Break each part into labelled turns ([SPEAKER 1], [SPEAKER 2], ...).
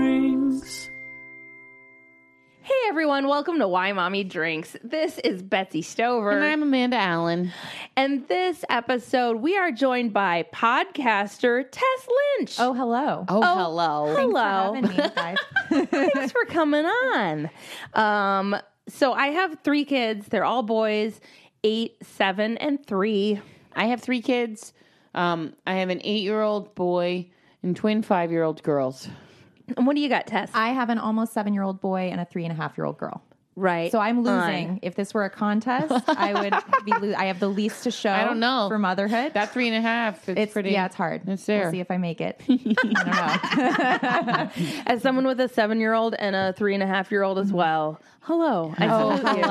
[SPEAKER 1] drinks.
[SPEAKER 2] Hey everyone, welcome to Why Mommy Drinks. This is Betsy Stover.
[SPEAKER 3] And I'm Amanda Allen.
[SPEAKER 2] And this episode, we are joined by podcaster Tess Lynch.
[SPEAKER 4] Oh, hello.
[SPEAKER 3] Oh, hello.
[SPEAKER 2] hello.
[SPEAKER 4] Having me, guys.
[SPEAKER 2] Thanks for coming on. Um, so I have three kids. They're all boys, eight, seven, and three.
[SPEAKER 3] I have three kids. Um, I have an eight year old boy and twin five year old girls.
[SPEAKER 2] And what do you got, Tess?
[SPEAKER 4] I have an almost seven year old boy and a three and a half year old girl.
[SPEAKER 2] right.
[SPEAKER 4] So I'm losing. If this were a contest, I would be. Lo- I have the least to show.
[SPEAKER 3] I don't know.
[SPEAKER 4] for motherhood.
[SPEAKER 3] That three and a half. It's,
[SPEAKER 4] it's
[SPEAKER 3] pretty.
[SPEAKER 4] yeah, it's hard.
[SPEAKER 3] It's there.
[SPEAKER 4] We'll see if I make it. I don't know.
[SPEAKER 2] As someone with a seven year old and a three and a half year old as well. Hello. I
[SPEAKER 4] Mm-hmm. Oh,
[SPEAKER 2] salute you.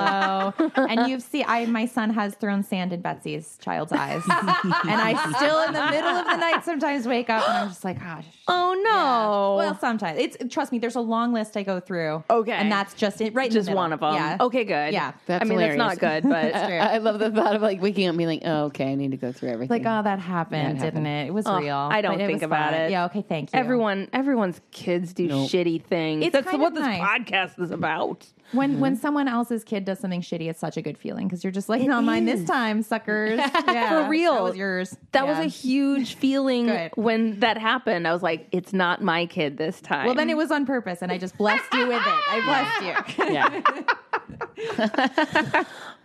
[SPEAKER 4] hello. And you've seen, I my son has thrown sand in Betsy's child's eyes, and I still in the middle of the night sometimes wake up and I'm just like, gosh.
[SPEAKER 2] Oh no.
[SPEAKER 4] Well, sometimes it's trust me. There's a long list I go through.
[SPEAKER 2] Okay.
[SPEAKER 4] and that's just it. Right, in the
[SPEAKER 2] just
[SPEAKER 4] middle.
[SPEAKER 2] one of them.
[SPEAKER 4] Yeah.
[SPEAKER 2] Okay, good.
[SPEAKER 4] Yeah.
[SPEAKER 3] That's
[SPEAKER 2] I mean,
[SPEAKER 3] hilarious.
[SPEAKER 2] that's not good, but
[SPEAKER 3] I, I love the thought of like waking up and being like, oh, okay, I need to go through everything.
[SPEAKER 4] Like, oh, that happened,
[SPEAKER 3] Yeah, it
[SPEAKER 4] didn't it? It was real.
[SPEAKER 2] I don't
[SPEAKER 4] but it
[SPEAKER 2] think
[SPEAKER 4] was
[SPEAKER 2] about
[SPEAKER 4] fun.
[SPEAKER 2] it.
[SPEAKER 4] Yeah. Okay. Thank you.
[SPEAKER 2] Everyone, everyone's kids do shitty things.
[SPEAKER 4] It's
[SPEAKER 2] That's
[SPEAKER 4] kind
[SPEAKER 2] what
[SPEAKER 4] of
[SPEAKER 2] this
[SPEAKER 4] nice.
[SPEAKER 2] podcast is about.
[SPEAKER 4] When when
[SPEAKER 2] Mm-hmm.
[SPEAKER 4] someone else's kid does something shitty, it's such a good feeling because you're just like, not mine this time, suckers. Yeah,
[SPEAKER 2] For real.
[SPEAKER 4] That was yours.
[SPEAKER 2] That
[SPEAKER 4] Yeah.
[SPEAKER 2] was a huge feeling
[SPEAKER 4] Good.
[SPEAKER 2] when that happened. I was like, it's not my kid this time.
[SPEAKER 4] Well, then it was on purpose, and I just blessed you with it. I blessed you.
[SPEAKER 3] yeah.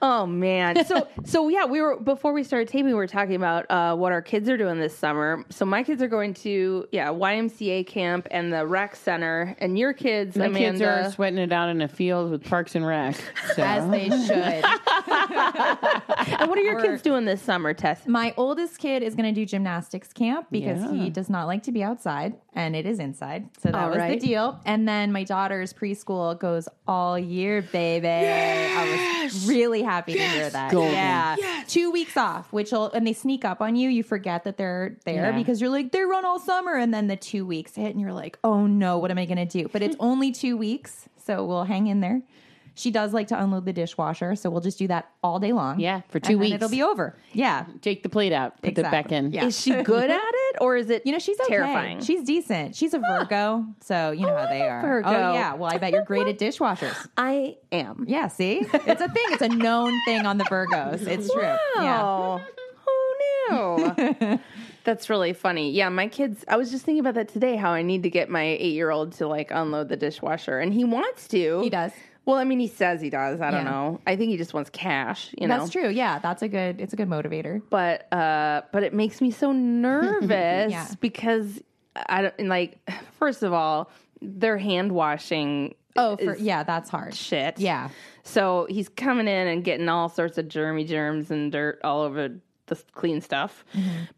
[SPEAKER 2] oh man. So so yeah, we were before we started taping, we were talking about uh, what our kids are doing this summer. So my kids are going to yeah YMCA camp and the rec center, and your kids,
[SPEAKER 3] My
[SPEAKER 2] Amanda,
[SPEAKER 3] kids are sweating it out in a field with Parks and Rec. So.
[SPEAKER 4] As they should.
[SPEAKER 2] and what are your kids doing this summer, Tess?
[SPEAKER 4] My oldest kid is going to do gymnastics camp because he does not like to be outside and it is inside. So that
[SPEAKER 2] All
[SPEAKER 4] was
[SPEAKER 2] right.
[SPEAKER 4] the deal. And then my daughter's preschool goes all year, baby. I was really happy to hear that.
[SPEAKER 3] Golden.
[SPEAKER 4] Yeah. Two weeks off, which will, and they sneak up on you. You forget that they're there
[SPEAKER 3] Yeah.
[SPEAKER 4] because you're like, they run all summer. And then the two weeks hit and you're like, oh no, what am I going to do? But it's only two weeks. So we'll hang in there. She does like to unload the dishwasher. So we'll just do that all day long.
[SPEAKER 3] Yeah, for
[SPEAKER 4] And
[SPEAKER 3] two
[SPEAKER 4] then
[SPEAKER 3] weeks.
[SPEAKER 4] It'll be over. Yeah.
[SPEAKER 3] Take the plate out, put
[SPEAKER 4] Exactly.
[SPEAKER 3] it back in.
[SPEAKER 4] Yeah.
[SPEAKER 2] Is she good at it, or is it
[SPEAKER 4] You know, she's okay.
[SPEAKER 2] terrifying?
[SPEAKER 4] She's decent. She's a Virgo, so you know how they are.
[SPEAKER 2] Virgo.
[SPEAKER 4] Oh yeah. Well, I bet you're great at dishwashers.
[SPEAKER 2] I am.
[SPEAKER 4] Yeah. See, it's a thing. It's a known thing on the Virgos. It's true. Yeah.
[SPEAKER 2] Oh, who knew? That's really funny. Yeah, my kids. I was just thinking about that today. How I need to get my eight-year-old to like unload the dishwasher, and he wants to.
[SPEAKER 4] He does.
[SPEAKER 2] Well, I mean, he says he does. I don't
[SPEAKER 4] Yeah.
[SPEAKER 2] know. I think he just wants cash. You know.
[SPEAKER 4] That's true. Yeah, that's a good. It's a good motivator.
[SPEAKER 2] But uh, but it makes me so nervous
[SPEAKER 4] Yeah.
[SPEAKER 2] because I don't and like. First of all, their hand washing.
[SPEAKER 4] Oh, for,
[SPEAKER 2] is
[SPEAKER 4] yeah, that's hard.
[SPEAKER 2] Shit.
[SPEAKER 4] Yeah.
[SPEAKER 2] So he's coming in and getting all sorts of germy germs and dirt all over the s- clean stuff.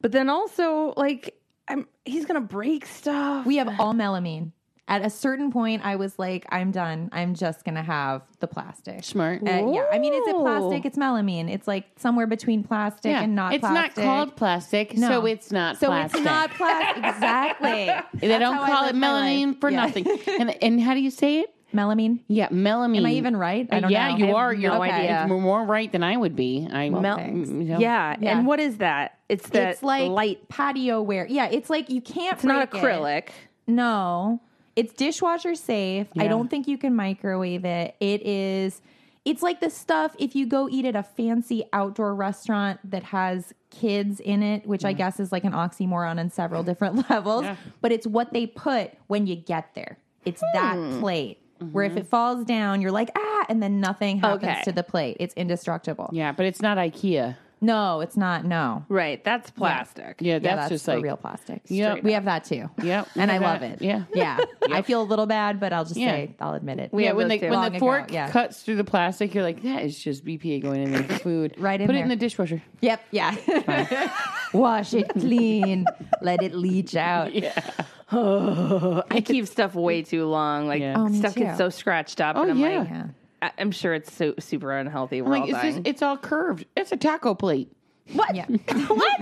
[SPEAKER 2] But then also, like, I'm, he's going to break stuff.
[SPEAKER 4] We have all melamine. At a certain point, I was like, I'm done. I'm just gonna have the plastic.
[SPEAKER 3] Smart.
[SPEAKER 4] Uh, yeah. I mean, is it
[SPEAKER 2] Ooh.
[SPEAKER 4] plastic? It's melamine. It's like somewhere between plastic and not.
[SPEAKER 3] it's
[SPEAKER 4] plastic.
[SPEAKER 3] not called plastic,
[SPEAKER 4] No.
[SPEAKER 3] so it's not
[SPEAKER 4] So
[SPEAKER 3] plastic.
[SPEAKER 4] it's not plastic. exactly.
[SPEAKER 3] They
[SPEAKER 4] That's
[SPEAKER 3] don't
[SPEAKER 4] how I
[SPEAKER 3] call it
[SPEAKER 4] live my life.
[SPEAKER 3] melanin for
[SPEAKER 4] Yeah.
[SPEAKER 3] nothing. And, and how do you say it?
[SPEAKER 4] Melamine.
[SPEAKER 3] Yeah, melamine.
[SPEAKER 4] Am I even right? I don't
[SPEAKER 3] yeah,
[SPEAKER 4] know.
[SPEAKER 3] you
[SPEAKER 4] I have
[SPEAKER 3] are. You're
[SPEAKER 2] no
[SPEAKER 3] okay.
[SPEAKER 2] idea.
[SPEAKER 3] It's more right than I would be. I
[SPEAKER 2] Mel-
[SPEAKER 4] thanks.
[SPEAKER 3] you know.
[SPEAKER 2] yeah.
[SPEAKER 4] Yeah.
[SPEAKER 2] And what is that? It's that
[SPEAKER 4] It's like
[SPEAKER 2] light.
[SPEAKER 4] patio wear. Yeah, it's like you can't.
[SPEAKER 2] It's not
[SPEAKER 4] break It.
[SPEAKER 2] acrylic.
[SPEAKER 4] No, it's dishwasher safe. I
[SPEAKER 3] Yeah.
[SPEAKER 4] don't think you can microwave it. It is. It's like the stuff if you go eat at a fancy outdoor restaurant that has kids in it, which I guess is like an oxymoron on several different levels.
[SPEAKER 3] Yeah.
[SPEAKER 4] But it's what they put when you get there. It's
[SPEAKER 3] Hmm.
[SPEAKER 4] that plate where
[SPEAKER 3] Mm-hmm.
[SPEAKER 4] if it falls down, you're like ah, and then nothing happens
[SPEAKER 2] Okay.
[SPEAKER 4] to the plate. It's indestructible.
[SPEAKER 3] Yeah, but it's not IKEA.
[SPEAKER 4] No, it's not. No.
[SPEAKER 2] Right. That's plastic.
[SPEAKER 3] Yeah, that's,
[SPEAKER 4] yeah, that's
[SPEAKER 3] just
[SPEAKER 4] for
[SPEAKER 3] like
[SPEAKER 4] real plastic.
[SPEAKER 3] Yep.
[SPEAKER 4] Straight- we have that too.
[SPEAKER 3] Yep.
[SPEAKER 4] and I
[SPEAKER 3] Yeah.
[SPEAKER 4] love it.
[SPEAKER 3] Yeah.
[SPEAKER 4] yeah. I feel a little bad, but I'll just
[SPEAKER 3] Yeah.
[SPEAKER 4] say I'll admit it.
[SPEAKER 3] Yeah,
[SPEAKER 2] have
[SPEAKER 3] when
[SPEAKER 2] those
[SPEAKER 3] the
[SPEAKER 2] too.
[SPEAKER 3] when
[SPEAKER 4] Long
[SPEAKER 3] the
[SPEAKER 4] ago,
[SPEAKER 3] fork
[SPEAKER 4] yeah.
[SPEAKER 3] cuts through the plastic, you're like, that is just BPA going in the food.
[SPEAKER 4] Right in
[SPEAKER 3] Put it
[SPEAKER 4] there.
[SPEAKER 3] in the dishwasher.
[SPEAKER 4] Yep, yeah. Wash it clean, let it leach out.
[SPEAKER 2] I keep stuff way too long. Like,
[SPEAKER 3] Yeah. Oh,
[SPEAKER 4] me
[SPEAKER 2] stuff gets
[SPEAKER 4] too.
[SPEAKER 2] so scratched up.
[SPEAKER 3] Oh
[SPEAKER 2] and I'm
[SPEAKER 3] yeah.
[SPEAKER 2] like, I- I'm sure it's so, super unhealthy. We're
[SPEAKER 3] I'm
[SPEAKER 2] all
[SPEAKER 3] like it's
[SPEAKER 2] dying.
[SPEAKER 3] just it's all curved. It's a taco plate.
[SPEAKER 2] What?
[SPEAKER 4] Yeah.
[SPEAKER 2] what?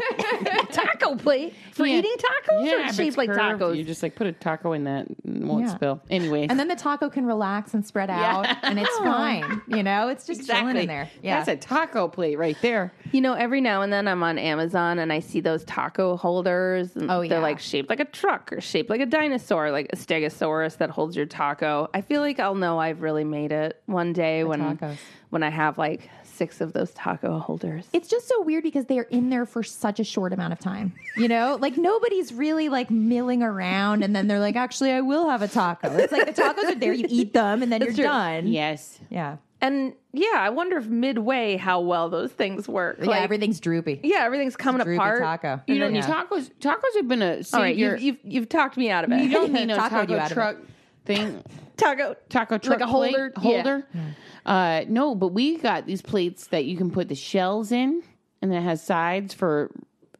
[SPEAKER 2] Taco plate for
[SPEAKER 3] Yeah.
[SPEAKER 2] eating tacos
[SPEAKER 3] Yeah,
[SPEAKER 2] or
[SPEAKER 3] if
[SPEAKER 2] shaped
[SPEAKER 3] it's
[SPEAKER 2] like
[SPEAKER 3] curved,
[SPEAKER 2] tacos?
[SPEAKER 3] You just like put a taco in that and it won't
[SPEAKER 4] Yeah.
[SPEAKER 3] spill. Anyway,
[SPEAKER 4] And then the taco can relax and spread out, and it's fine. You know, it's just chilling in there. Yeah,
[SPEAKER 3] That's a taco plate right there.
[SPEAKER 2] You know, every now and then I'm on Amazon and I see those taco holders. And
[SPEAKER 4] Oh, yeah.
[SPEAKER 2] They're like shaped like a truck or shaped like a dinosaur, like a stegosaurus that holds your taco. I feel like I'll know I've really made it one day when
[SPEAKER 4] tacos.
[SPEAKER 2] when I have like six of those taco holders.
[SPEAKER 4] it's just so weird because they are in there for such a short amount of time. You know, like nobody's really like milling around, and then they're like, "Actually, I will have a taco." It's like the tacos are there, you eat them, and then you're
[SPEAKER 2] true.
[SPEAKER 4] done.
[SPEAKER 3] Yes.
[SPEAKER 4] yeah,
[SPEAKER 2] And yeah, I wonder if midway how well those things work.
[SPEAKER 4] yeah.
[SPEAKER 2] Like,
[SPEAKER 4] everything's droopy.
[SPEAKER 2] yeah, everything's coming
[SPEAKER 4] droopy
[SPEAKER 2] apart.
[SPEAKER 4] taco.
[SPEAKER 3] You know,
[SPEAKER 4] Yeah.
[SPEAKER 3] tacos tacos have been a savior.
[SPEAKER 2] All right, you've, you've you've talked me out of it.
[SPEAKER 3] you don't need no
[SPEAKER 4] Tacoed
[SPEAKER 3] taco,
[SPEAKER 4] you out of it.
[SPEAKER 3] truck thing.
[SPEAKER 2] taco
[SPEAKER 3] Taco truck
[SPEAKER 2] a
[SPEAKER 3] plate,
[SPEAKER 2] holder? Yeah.
[SPEAKER 3] holder. Uh, no, but we got these plates that you can put the shells in, and it has sides for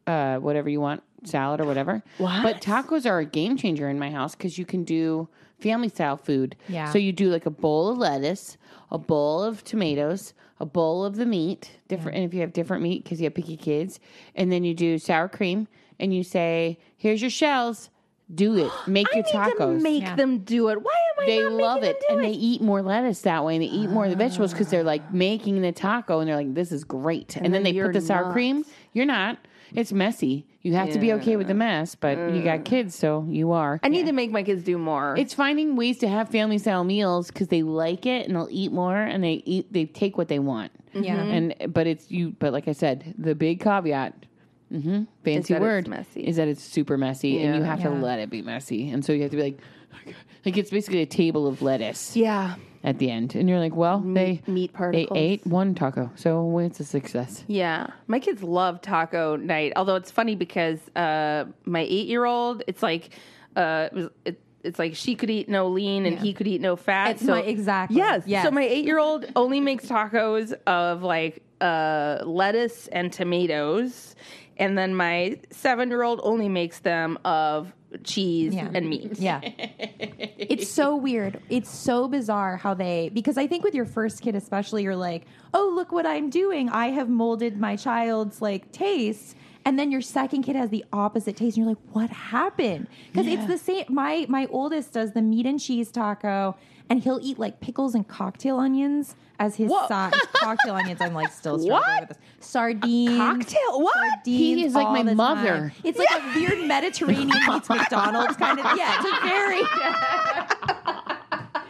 [SPEAKER 3] uh, whatever you want, salad or whatever.
[SPEAKER 2] What?
[SPEAKER 3] But tacos are a game changer in my house because you can do family style food.
[SPEAKER 4] Yeah.
[SPEAKER 3] So you do like a bowl of lettuce, a bowl of tomatoes, a bowl of the meat, different. And if you have different meat because you have picky kids, and then you do sour cream, and you say, "Here's your shells." Do it. Make
[SPEAKER 2] I
[SPEAKER 3] your
[SPEAKER 2] need to
[SPEAKER 3] tacos
[SPEAKER 2] make
[SPEAKER 4] Yeah.
[SPEAKER 2] them do it. Why am I?
[SPEAKER 3] they
[SPEAKER 2] not
[SPEAKER 3] love
[SPEAKER 2] making
[SPEAKER 3] it
[SPEAKER 2] them
[SPEAKER 3] and
[SPEAKER 2] do
[SPEAKER 3] they eat more lettuce that way and they eat more of the vegetables because they're like making the taco and they're like this is great and, then,
[SPEAKER 2] then
[SPEAKER 3] they put
[SPEAKER 2] you're
[SPEAKER 3] the sour
[SPEAKER 2] not.
[SPEAKER 3] cream you're not it's messy you have to be okay with the mess but you got kids so you are
[SPEAKER 2] Mm. I need to make my kids do more.
[SPEAKER 3] it's finding ways to have family style meals because they like it and they'll eat more and they eat they take what they want
[SPEAKER 4] Yeah.
[SPEAKER 3] and but it's you but like i said the big caveat hmm fancy
[SPEAKER 2] that it's
[SPEAKER 3] word
[SPEAKER 2] messy.
[SPEAKER 3] is that it's super messy and you
[SPEAKER 2] Yeah.
[SPEAKER 3] have to
[SPEAKER 4] Yeah.
[SPEAKER 3] let it be messy and so you have to be like "Oh my God." like it's basically a table of lettuce
[SPEAKER 2] yeah,
[SPEAKER 3] at the end, and you're like, well, they
[SPEAKER 2] meat
[SPEAKER 3] they
[SPEAKER 2] particles.
[SPEAKER 3] ate one taco, so it's a success.
[SPEAKER 2] Yeah, my kids love taco night. Although it's funny because uh, my eight-year-old, it's like, uh, it was, it, it's like she could eat no lean and he could eat no fat.
[SPEAKER 4] It's my- exactly.
[SPEAKER 2] Yes.
[SPEAKER 4] Yes.
[SPEAKER 2] So my eight-year-old only makes tacos of like uh, lettuce and tomatoes, and then my seven-year-old only makes them of cheese
[SPEAKER 4] Yeah.
[SPEAKER 2] and meat.
[SPEAKER 4] Yeah. it's so weird. It's so bizarre how they because I think with your first kid especially you're like, "Oh, look what I'm doing. I have molded my child's like taste." And then your second kid has the opposite taste and you're like, "What happened?" Cuz it's the same my my oldest does the meat and cheese taco and he'll eat like pickles and cocktail onions as his
[SPEAKER 2] Whoa.
[SPEAKER 4] side. cocktail onions I'm like still struggling
[SPEAKER 2] What?
[SPEAKER 4] with this. Sardines.
[SPEAKER 2] Cocktail? What?
[SPEAKER 4] sardines
[SPEAKER 3] He is like
[SPEAKER 4] all
[SPEAKER 3] my
[SPEAKER 4] the time.
[SPEAKER 3] mother.
[SPEAKER 4] It's like a weird Mediterranean meets McDonald's kind of. Yeah, it's a very.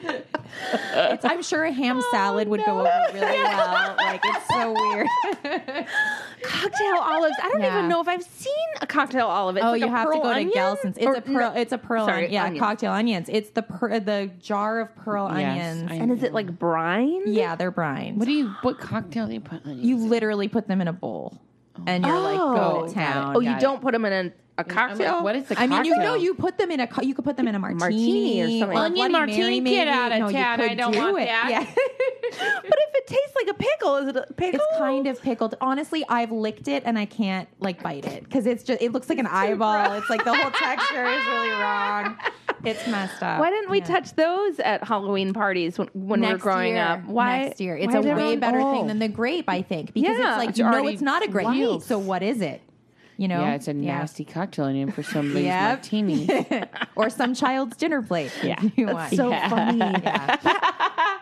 [SPEAKER 4] It's- I'm sure a ham salad would go over really well. Like it's so weird.
[SPEAKER 2] Cocktail olives. I don't
[SPEAKER 4] Yeah.
[SPEAKER 2] even know if I've seen a cocktail olive. It's
[SPEAKER 4] oh,
[SPEAKER 2] like
[SPEAKER 4] you
[SPEAKER 2] a
[SPEAKER 4] have to
[SPEAKER 2] pearl
[SPEAKER 4] go
[SPEAKER 2] onion?
[SPEAKER 4] to Gelson's. It's
[SPEAKER 2] Or-
[SPEAKER 4] a pearl. It's a pearl.
[SPEAKER 2] Sorry,
[SPEAKER 4] onion. yeah,
[SPEAKER 2] onions.
[SPEAKER 4] cocktail onions. It's the per, the jar of pearl
[SPEAKER 3] Yes,
[SPEAKER 4] onions.
[SPEAKER 3] I-
[SPEAKER 2] And is it like brine?
[SPEAKER 4] Mm-hmm. yeah, they're brine.
[SPEAKER 3] What do you? What cocktail do you put on
[SPEAKER 4] you literally put them in a bowl, and you're like,
[SPEAKER 2] Oh.
[SPEAKER 4] go to town.
[SPEAKER 2] Oh, you
[SPEAKER 3] it.
[SPEAKER 2] don't put them in a, a
[SPEAKER 3] I'm
[SPEAKER 2] cocktail.
[SPEAKER 3] like, what is the?
[SPEAKER 4] Oh, I mean, you
[SPEAKER 3] cocktail?
[SPEAKER 4] know, you put them in a co- you could put them in a martini,
[SPEAKER 2] Martini or something.
[SPEAKER 4] a
[SPEAKER 3] Onion
[SPEAKER 4] Bloody
[SPEAKER 3] martini?
[SPEAKER 4] Mary,
[SPEAKER 3] Get
[SPEAKER 4] maybe.
[SPEAKER 3] out of
[SPEAKER 4] No, you
[SPEAKER 3] town. I
[SPEAKER 4] could
[SPEAKER 3] don't
[SPEAKER 4] do
[SPEAKER 3] want
[SPEAKER 4] it.
[SPEAKER 3] that.
[SPEAKER 4] Yeah.
[SPEAKER 2] but if it tastes like a pickle, is it a pickle?
[SPEAKER 4] it's kind of pickled. Honestly, I've licked it and I can't like bite it because it's just it looks like an eyeball. It's like the whole texture is really wrong. It's messed up.
[SPEAKER 2] Why didn't we
[SPEAKER 4] Yeah.
[SPEAKER 2] touch those at Halloween parties when, when we were
[SPEAKER 4] Next
[SPEAKER 2] growing
[SPEAKER 4] year.
[SPEAKER 2] up? Why
[SPEAKER 4] Next year, it's
[SPEAKER 2] why
[SPEAKER 4] a
[SPEAKER 2] did
[SPEAKER 4] way
[SPEAKER 2] everyone-
[SPEAKER 4] better thing
[SPEAKER 3] Oh.
[SPEAKER 4] than the grape, I think, because
[SPEAKER 2] Yeah.
[SPEAKER 4] it's like
[SPEAKER 2] It's
[SPEAKER 4] you know
[SPEAKER 3] already
[SPEAKER 4] it's not a grape.
[SPEAKER 3] wild.
[SPEAKER 4] So what is it? You know,
[SPEAKER 3] Yeah, it's a nasty cocktail onion for somebody's
[SPEAKER 4] Yep.
[SPEAKER 3] martini.
[SPEAKER 4] or some child's dinner plate. Yeah, you want.
[SPEAKER 2] So
[SPEAKER 3] Yeah.
[SPEAKER 2] funny.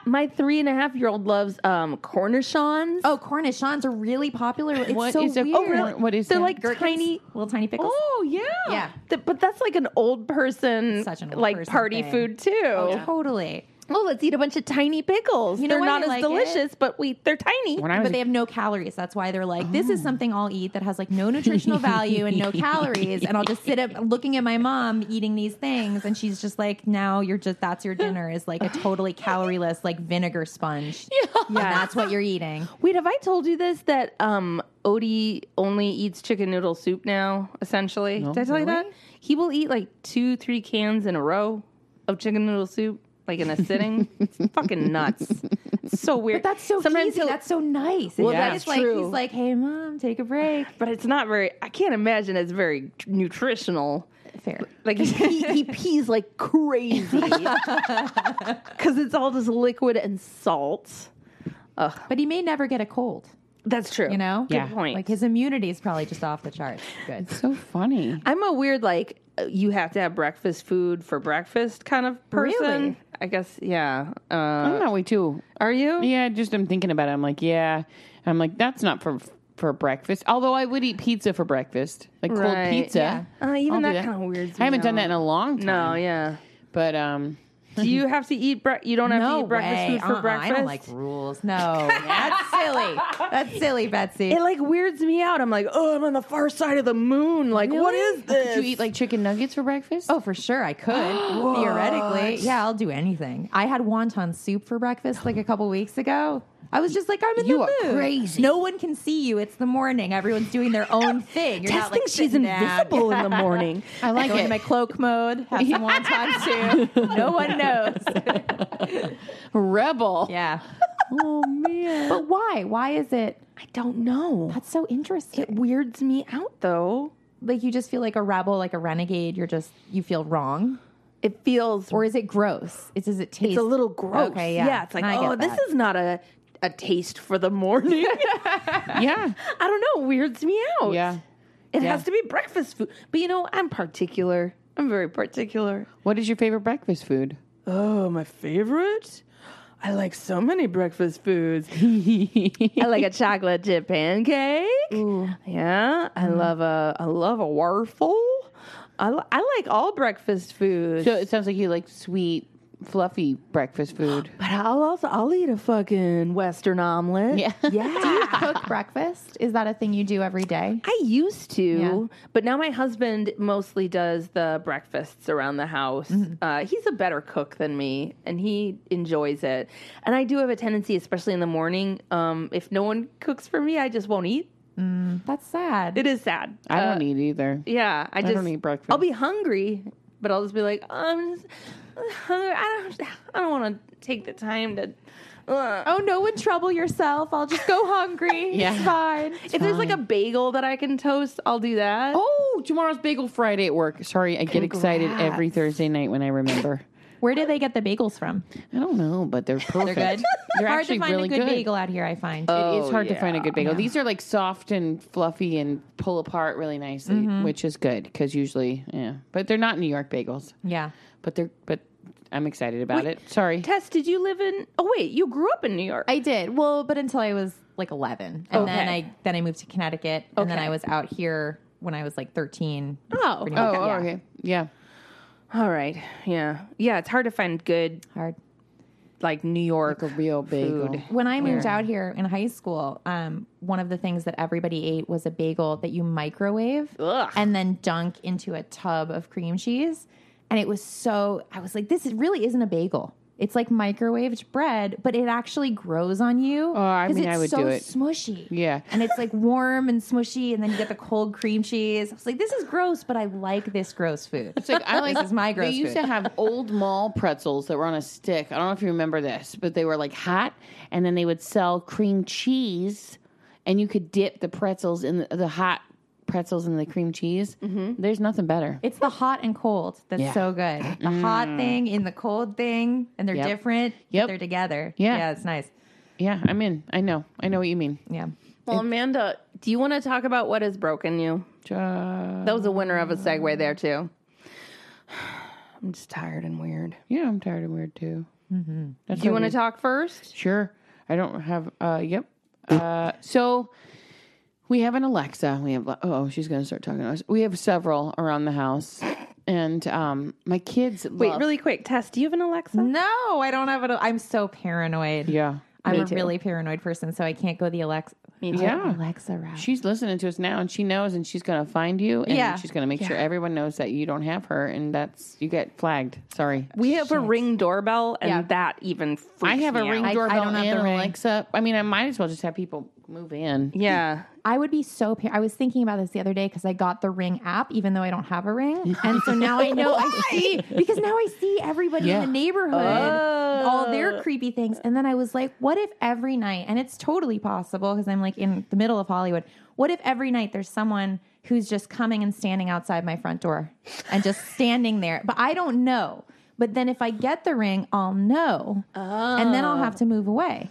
[SPEAKER 2] My three and a half year old loves um, cornichons.
[SPEAKER 4] Oh, cornichons are really popular. It's
[SPEAKER 3] What
[SPEAKER 4] so
[SPEAKER 3] is a
[SPEAKER 4] weird.
[SPEAKER 3] corn- what is
[SPEAKER 2] they're
[SPEAKER 3] that?
[SPEAKER 2] like tiny.
[SPEAKER 4] little tiny pickles.
[SPEAKER 2] Oh yeah,
[SPEAKER 4] Yeah.
[SPEAKER 2] Th- but that's like an old person,
[SPEAKER 4] Such an old
[SPEAKER 2] like
[SPEAKER 4] person
[SPEAKER 2] party
[SPEAKER 4] thing.
[SPEAKER 2] food too. Oh,
[SPEAKER 4] Totally.
[SPEAKER 2] let's eat a bunch of tiny pickles.
[SPEAKER 4] You know
[SPEAKER 2] they're
[SPEAKER 4] why
[SPEAKER 2] not
[SPEAKER 4] they
[SPEAKER 2] as
[SPEAKER 4] like it?
[SPEAKER 2] delicious, but we they're tiny.
[SPEAKER 3] When I was
[SPEAKER 4] But
[SPEAKER 3] a
[SPEAKER 4] they have no calories. That's why they're like, this is something I'll eat that has like no nutritional value and no calories. And I'll just sit up looking at my mom eating these things. And she's just like, now you're just, that's your dinner is like a totally calorieless, like vinegar sponge. Yeah. that's what you're eating.
[SPEAKER 2] Wait, have I told you this that um Odie only eats chicken noodle soup now, essentially? Did I tell you that? He will eat like two, three cans in a row of chicken noodle soup, like in a sitting. it's fucking nuts. It's so weird.
[SPEAKER 4] But that's so
[SPEAKER 2] Sometimes
[SPEAKER 4] easy.
[SPEAKER 2] he'll-
[SPEAKER 4] That's so nice.
[SPEAKER 2] Well,
[SPEAKER 4] It's
[SPEAKER 2] that's
[SPEAKER 4] just like,
[SPEAKER 2] true.
[SPEAKER 4] He's like, hey, mom, take a break.
[SPEAKER 2] but it's not very I can't imagine it's very tr- nutritional.
[SPEAKER 4] Fair.
[SPEAKER 2] Like he, he pees like crazy. Cause it's all just liquid and salt.
[SPEAKER 4] But he may never get a cold.
[SPEAKER 2] That's true.
[SPEAKER 4] You know,
[SPEAKER 3] Yeah.
[SPEAKER 2] Good point.
[SPEAKER 4] like his immunity is probably just off the charts. Good.
[SPEAKER 3] So funny.
[SPEAKER 2] I'm a weird like uh, you have to have breakfast food for breakfast kind of person.
[SPEAKER 4] Really?
[SPEAKER 2] I guess yeah.
[SPEAKER 3] I'm
[SPEAKER 2] Uh,
[SPEAKER 3] that way too.
[SPEAKER 2] are you?
[SPEAKER 3] Yeah, just I'm thinking about it. I'm like, yeah. I'm like, that's not for for breakfast. Although I would eat pizza for breakfast, like cold
[SPEAKER 2] Right,
[SPEAKER 3] pizza.
[SPEAKER 2] Uh, even
[SPEAKER 3] I'll do
[SPEAKER 2] that, kind of weirds.
[SPEAKER 3] I haven't
[SPEAKER 2] me
[SPEAKER 3] done that
[SPEAKER 2] out.
[SPEAKER 3] in a long time.
[SPEAKER 2] No, yeah.
[SPEAKER 3] but um,
[SPEAKER 2] Do you have to eat bre- you don't have to eat breakfast
[SPEAKER 4] way.
[SPEAKER 2] food for
[SPEAKER 4] Uh-uh.
[SPEAKER 2] breakfast?
[SPEAKER 4] I don't like rules. No, that's silly. That's silly, Betsy.
[SPEAKER 2] it like weirds me out. I'm like, oh, I'm on the far side of the moon. Like, what
[SPEAKER 4] Really?
[SPEAKER 2] is
[SPEAKER 3] did
[SPEAKER 2] this?
[SPEAKER 3] you eat like chicken nuggets for breakfast?
[SPEAKER 4] oh, for sure, I could theoretically. Yeah, I'll do anything. I had wonton soup for breakfast like a couple weeks ago. I was just like, I'm in
[SPEAKER 3] You
[SPEAKER 4] the
[SPEAKER 3] are
[SPEAKER 4] mood.
[SPEAKER 3] crazy.
[SPEAKER 4] No one can see you. It's the morning. Everyone's doing their own thing. You're
[SPEAKER 2] Tess
[SPEAKER 4] not like
[SPEAKER 2] thinks she's
[SPEAKER 4] sitting down.
[SPEAKER 2] invisible in the morning.
[SPEAKER 3] I like
[SPEAKER 4] Go
[SPEAKER 3] it.
[SPEAKER 4] in my cloak mode. Have some wonton soup. No one knows.
[SPEAKER 3] Rebel.
[SPEAKER 4] Yeah.
[SPEAKER 3] Oh man.
[SPEAKER 4] But why? Why is it?
[SPEAKER 2] I don't know.
[SPEAKER 4] That's so interesting.
[SPEAKER 2] It weirds me out though.
[SPEAKER 4] like you just feel like a rebel, like a renegade. You're just you feel wrong,
[SPEAKER 2] It feels
[SPEAKER 4] or is it gross? It does it taste?
[SPEAKER 2] it's a little gross.
[SPEAKER 4] Okay,
[SPEAKER 2] yeah.
[SPEAKER 4] yeah.
[SPEAKER 2] it's like,
[SPEAKER 4] I get
[SPEAKER 2] oh, this
[SPEAKER 4] that.
[SPEAKER 2] is not a a taste for the morning.
[SPEAKER 3] yeah.
[SPEAKER 2] I don't know. It weirds me out.
[SPEAKER 3] Yeah.
[SPEAKER 2] It
[SPEAKER 3] Yeah.
[SPEAKER 2] has to be breakfast food. But you know, I'm particular. I'm very particular.
[SPEAKER 3] What is your favorite breakfast food?
[SPEAKER 2] Oh, my favorite? I like so many breakfast foods. I like a chocolate chip pancake. Yeah, I love a I love a waffle. I, li- I like all breakfast foods.
[SPEAKER 3] So it sounds like you like sweet, fluffy breakfast food.
[SPEAKER 2] but I'll also I'll eat a fucking western omelet.
[SPEAKER 3] Yeah.
[SPEAKER 2] Yeah.
[SPEAKER 4] cook breakfast. Is that a thing you do every day?
[SPEAKER 2] I used to,
[SPEAKER 4] Yeah.
[SPEAKER 2] but now my husband mostly does the breakfasts around the house.
[SPEAKER 3] Mm-hmm.
[SPEAKER 2] Uh, he's a better cook than me, and he enjoys it. And I do have a tendency, especially in the morning, um, if no one cooks for me, I just won't eat.
[SPEAKER 4] That's sad.
[SPEAKER 2] It is sad.
[SPEAKER 3] I
[SPEAKER 2] Uh,
[SPEAKER 3] don't eat either.
[SPEAKER 2] Yeah, I just
[SPEAKER 3] don't eat breakfast.
[SPEAKER 2] I'll be hungry, but I'll just be like, "Oh, I'm just uh, hungry. I don't. I don't want to take the time to. Ugh.
[SPEAKER 4] oh, no one trouble yourself. I'll just go hungry.
[SPEAKER 3] Yeah.
[SPEAKER 4] It's fine.
[SPEAKER 2] if there's like a bagel that I can toast, I'll do that.
[SPEAKER 3] Oh, tomorrow's Bagel Friday at work. Sorry, I get excited every
[SPEAKER 2] Congrats.
[SPEAKER 3] Thursday night when I remember.
[SPEAKER 4] Where do they get the bagels from?
[SPEAKER 3] I don't know, but they're perfect.
[SPEAKER 4] They're good.
[SPEAKER 3] They're
[SPEAKER 4] Hard
[SPEAKER 3] actually
[SPEAKER 4] to find
[SPEAKER 3] really
[SPEAKER 4] a good,
[SPEAKER 3] good.
[SPEAKER 4] bagel out here. I find.
[SPEAKER 3] it is
[SPEAKER 2] Oh,
[SPEAKER 3] hard to find a
[SPEAKER 2] yeah.
[SPEAKER 3] good bagel. These are like soft and fluffy and pull apart really nicely, which is good because usually, yeah. But they're not New York bagels.
[SPEAKER 4] yeah.
[SPEAKER 3] But they're but I'm excited about
[SPEAKER 2] Wait.
[SPEAKER 3] it. Sorry.
[SPEAKER 2] Tess, did you live in? Oh wait, you grew up in New York.
[SPEAKER 4] I did. Well, but until I was like 11. And then
[SPEAKER 2] Okay.
[SPEAKER 4] I then I moved to Connecticut and then
[SPEAKER 2] Okay.
[SPEAKER 4] I was out here when I was like 13.
[SPEAKER 2] Oh,
[SPEAKER 4] Pretty
[SPEAKER 3] oh,
[SPEAKER 4] much,
[SPEAKER 3] oh,
[SPEAKER 4] yeah.
[SPEAKER 3] okay. Yeah.
[SPEAKER 2] All right. Yeah. Yeah. It's hard to find good,
[SPEAKER 4] Hard.
[SPEAKER 2] like New York.
[SPEAKER 3] Like a real bagel.
[SPEAKER 2] Food.
[SPEAKER 4] When I moved out here in high school, um, one of the things that everybody ate was a bagel that you microwave
[SPEAKER 2] Ugh.
[SPEAKER 4] and then dunk into a tub of cream cheese. And it was so, I was like, this is- really isn't a bagel. It's like microwaved bread, but it actually grows on you. Oh,
[SPEAKER 3] I mean,
[SPEAKER 4] it's
[SPEAKER 3] I would
[SPEAKER 4] so
[SPEAKER 3] do it.
[SPEAKER 4] Smushy,
[SPEAKER 3] Yeah.
[SPEAKER 4] and it's like warm and smushy, and then you get the cold cream cheese. I was like, this is gross, but I like this gross food.
[SPEAKER 3] It's like I like
[SPEAKER 4] This is my gross
[SPEAKER 3] They used
[SPEAKER 4] food.
[SPEAKER 3] to have old mall pretzels that were on a stick. I don't know if you remember this, but they were like hot, and then they would sell cream cheese, and you could dip the pretzels in the, the hot pretzels in the cream cheese. Mm-hmm. There's nothing better.
[SPEAKER 4] It's the hot and cold that's
[SPEAKER 3] Yeah.
[SPEAKER 4] so good. The hot thing in the cold thing, and they're
[SPEAKER 3] Yep.
[SPEAKER 4] different. but
[SPEAKER 3] Yep.
[SPEAKER 4] they're together.
[SPEAKER 3] Yeah.
[SPEAKER 4] yeah, it's nice.
[SPEAKER 3] yeah, I'm in. I know. I know what you mean.
[SPEAKER 4] Yeah,
[SPEAKER 2] well, Amanda, do you want to talk about what has broken you?
[SPEAKER 3] Uh,
[SPEAKER 2] That was a winner of a segue there too. I'm just tired and weird.
[SPEAKER 3] yeah, I'm tired of weird too. Mm-hmm. That's
[SPEAKER 2] Do you
[SPEAKER 3] how
[SPEAKER 2] want to
[SPEAKER 3] weird-
[SPEAKER 2] talk first?
[SPEAKER 3] Sure. I don't have. Uh, yep. Uh, so we have an Alexa. We have. Oh, she's gonna start talking to us. We have several around the house, and um, my kids.
[SPEAKER 2] Wait,
[SPEAKER 3] love-
[SPEAKER 2] really quick, Tess. Do you have an Alexa?
[SPEAKER 4] no, I don't have it. I'm so paranoid.
[SPEAKER 3] Yeah.
[SPEAKER 4] I'm
[SPEAKER 2] Me
[SPEAKER 4] a
[SPEAKER 2] too.
[SPEAKER 4] really paranoid person, so I can't go the Alexa
[SPEAKER 3] Yeah.
[SPEAKER 4] Alexa route.
[SPEAKER 3] She's listening to us now, and she knows, and she's gonna find you, and
[SPEAKER 4] Yeah.
[SPEAKER 3] she's gonna make sure everyone knows that you don't have her, and that's you get flagged. Sorry.
[SPEAKER 2] We have a ring doorbell, and
[SPEAKER 4] Yeah.
[SPEAKER 2] that even freaks
[SPEAKER 3] I have a
[SPEAKER 2] me
[SPEAKER 3] ring
[SPEAKER 2] out.
[SPEAKER 4] I
[SPEAKER 3] doorbell
[SPEAKER 4] don't have
[SPEAKER 3] and
[SPEAKER 4] the
[SPEAKER 3] an
[SPEAKER 4] ring.
[SPEAKER 3] Alexa. I mean, I might as well just have people move in.
[SPEAKER 2] Yeah,
[SPEAKER 4] I would be so. Par- I was thinking about this the other day because I got the Ring app, even though I don't have a ring, and so now I know I see because now I see everybody
[SPEAKER 3] Yeah. Oh.
[SPEAKER 4] in the neighborhood, all their creepy things. And then I was like, what if every night? And it's totally possible because I'm like in the middle of Hollywood. What if every night there's someone who's just coming and standing outside my front door and just standing there, but I don't know.
[SPEAKER 3] Oh.
[SPEAKER 4] But then if I get the ring, I'll know, and then I'll have to move away.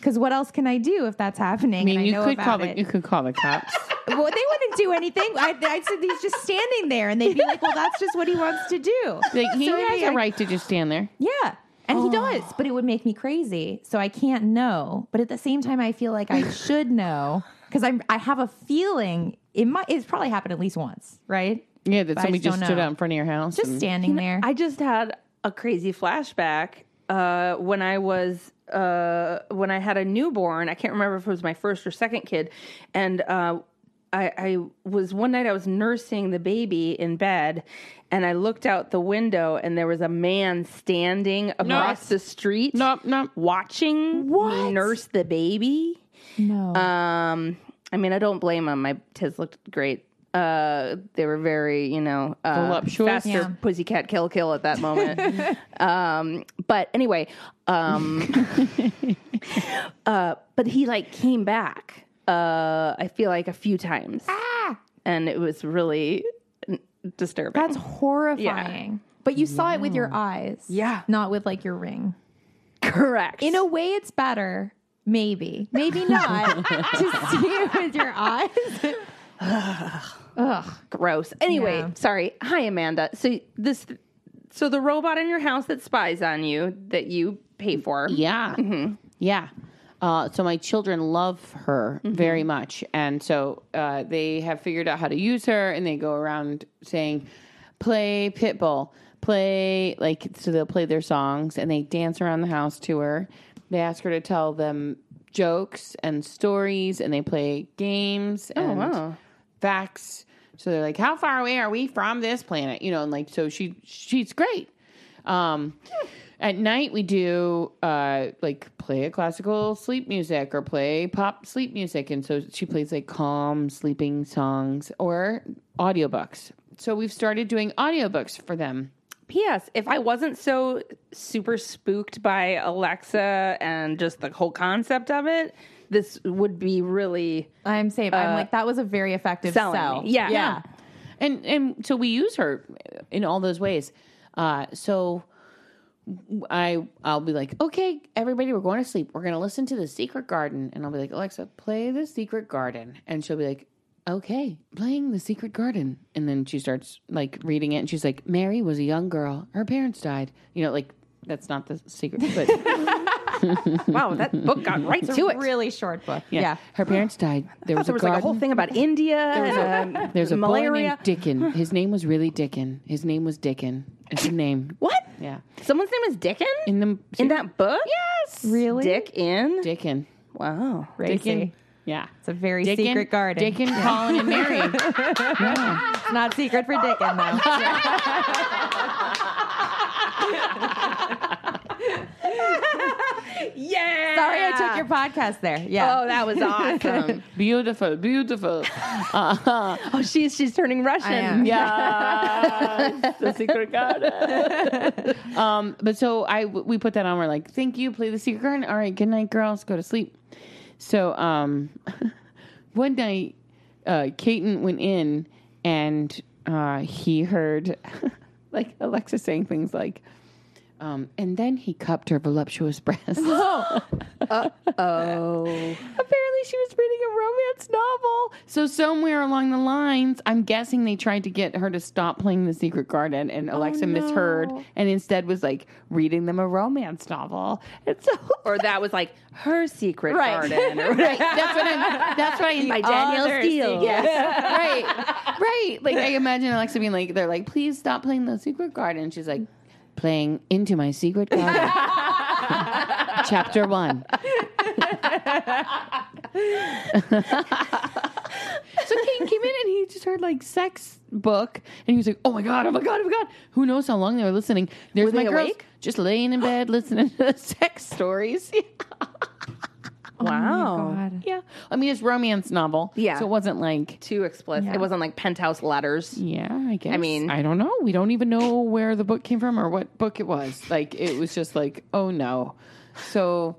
[SPEAKER 4] Because what else can I do if that's happening?
[SPEAKER 3] I mean,
[SPEAKER 4] and I
[SPEAKER 3] you
[SPEAKER 4] know
[SPEAKER 3] could
[SPEAKER 4] about
[SPEAKER 3] call
[SPEAKER 4] it.
[SPEAKER 3] the you could call the cops.
[SPEAKER 4] well, they wouldn't do anything. I, I'd say he's just standing there, and they'd be like, "Well, that's just what he wants to do."
[SPEAKER 3] Like, he
[SPEAKER 4] So it'd
[SPEAKER 3] has
[SPEAKER 4] be
[SPEAKER 3] a
[SPEAKER 4] like-
[SPEAKER 3] right Oh. to just stand there.
[SPEAKER 4] Yeah. And he does, but it would make me crazy. So I can't know. But at the same time, I feel like I should know because I'm I have a feeling it might it's probably happened at least once, right?
[SPEAKER 3] Yeah, that
[SPEAKER 4] I
[SPEAKER 3] somebody
[SPEAKER 4] just
[SPEAKER 3] just,
[SPEAKER 4] don't
[SPEAKER 3] stood
[SPEAKER 4] know.
[SPEAKER 3] out in front of your house.
[SPEAKER 4] Just
[SPEAKER 3] and-
[SPEAKER 4] standing there.
[SPEAKER 2] I just had a crazy flashback uh, when I was uh, when I had a newborn. I can't remember if it was my first or second kid, and uh, I, I was one night I was nursing the baby in bed, and I looked out the window and there was a man standing across the street,
[SPEAKER 3] nope, nope.
[SPEAKER 2] watching me nurse the baby.
[SPEAKER 4] no.
[SPEAKER 2] Um, I mean, I don't blame them. My tits looked great. Uh, they were very, you know, uh,
[SPEAKER 3] Voluptuous?
[SPEAKER 2] faster
[SPEAKER 4] Yeah.
[SPEAKER 2] pussycat kill kill at that moment. um, but anyway, um, uh, but he like came back. Uh, I feel like a few times,
[SPEAKER 4] ah,
[SPEAKER 2] and it was really n- disturbing.
[SPEAKER 4] that's horrifying. But you saw it with your eyes.
[SPEAKER 2] Yeah.
[SPEAKER 4] Not with like your ring.
[SPEAKER 2] correct.
[SPEAKER 4] In a way it's better, maybe. Maybe not. to see it with your eyes. Ugh.
[SPEAKER 2] gross. Anyway,
[SPEAKER 4] Yeah.
[SPEAKER 2] sorry. Hi, Amanda. So this, so the robot in your house that spies on you that you pay for.
[SPEAKER 3] Yeah. Yeah. Uh, so my children love her very much. And so uh, they have figured out how to use her and they go around saying, play Pitbull, play, like, so they'll play their songs and they dance around the house to her. They ask her to tell them jokes and stories and they play games and
[SPEAKER 2] wow.
[SPEAKER 3] facts. So they're like, how far away are we from this planet? You know, and like, so she she's great. Um, at night we do uh, like play a classical sleep music or play pop sleep music, and so she plays like calm sleeping songs or audiobooks. So we've started doing audiobooks for them.
[SPEAKER 2] P.S. If I wasn't so super spooked by Alexa and just the whole concept of it, this would be really
[SPEAKER 4] I'm safe. I'm like, that was a very effective
[SPEAKER 2] selling
[SPEAKER 4] sell.
[SPEAKER 2] me. Yeah.
[SPEAKER 4] Uh, Yeah.
[SPEAKER 3] and and so we use her in all those ways. Uh, so I I'll be like, okay, everybody, we're going to sleep. We're going to listen to the Secret Garden, and I'll be like, Alexa, play the Secret Garden, and she'll be like. Okay, playing the Secret Garden, and then she starts like reading it, and she's like, "Mary was a young girl. Her parents died. You know, like that's not the secret, but
[SPEAKER 2] wow. That book got right to it.
[SPEAKER 4] Really short book.
[SPEAKER 3] yeah, her parents died. There was,
[SPEAKER 2] There
[SPEAKER 3] a,
[SPEAKER 2] was
[SPEAKER 3] garden.
[SPEAKER 2] like a whole thing about India. and, um,
[SPEAKER 3] There's a boy
[SPEAKER 2] malaria.
[SPEAKER 3] named Dickon. His name was really Dickon. His name was Dickon. It's a name.
[SPEAKER 2] What?
[SPEAKER 3] Yeah.
[SPEAKER 2] Someone's name is Dickon
[SPEAKER 3] In the
[SPEAKER 2] in that book.
[SPEAKER 3] yes,
[SPEAKER 4] Really?
[SPEAKER 2] Dick in.
[SPEAKER 3] Dickon.
[SPEAKER 2] Wow.
[SPEAKER 4] Crazy.
[SPEAKER 3] Yeah.
[SPEAKER 4] It's a very secret garden.
[SPEAKER 3] Dickon, Colin, and Mary.
[SPEAKER 4] It's not secret for Dickon, though.
[SPEAKER 2] Yeah.
[SPEAKER 4] Sorry, I took your podcast there. Yeah.
[SPEAKER 2] Oh, that was awesome.
[SPEAKER 3] beautiful, beautiful. Uh,
[SPEAKER 2] oh, she's she's turning Russian.
[SPEAKER 4] I am.
[SPEAKER 3] yeah, the secret garden. um, but so I we put that on. We're like, thank you. Play the secret garden. All right, good night, girls. Go to sleep. So um, one night, uh, Caton went in and uh, he heard like Alexa saying things like, um, and then he cupped her voluptuous breasts.
[SPEAKER 2] Oh.
[SPEAKER 3] Apparently, she was reading a romance novel. So somewhere along the lines, I'm guessing they tried to get her to stop playing The Secret Garden, and Alexa misheard and instead was like reading them a romance novel. And so
[SPEAKER 2] Or that was like her secret
[SPEAKER 3] Right.
[SPEAKER 2] garden. Or
[SPEAKER 3] Right, that's what I'm. That's what I.
[SPEAKER 2] By Danielle
[SPEAKER 3] Other
[SPEAKER 2] Steele.
[SPEAKER 3] secret- Yes. right. Right. Like I imagine Alexa being like, they're like, please stop playing the Secret Garden. She's like, playing into my Secret Garden. Chapter one. so Kane came in and he just heard like sex book and he was like, Oh my god, oh my god, oh my god. Who knows how long they were listening? There's
[SPEAKER 2] Were
[SPEAKER 3] my
[SPEAKER 2] they
[SPEAKER 3] girls
[SPEAKER 2] awake?
[SPEAKER 3] just laying in bed listening to the sex stories. Oh,
[SPEAKER 2] wow.
[SPEAKER 4] Oh God.
[SPEAKER 3] Yeah. I mean, it's romance novel.
[SPEAKER 2] Yeah.
[SPEAKER 3] So it wasn't like,
[SPEAKER 2] Too explicit. It wasn't like penthouse letters.
[SPEAKER 3] yeah, I guess. I
[SPEAKER 2] mean-
[SPEAKER 3] I don't know. We don't even know where the book came from or what book it was. Like, it was just like, oh no. So,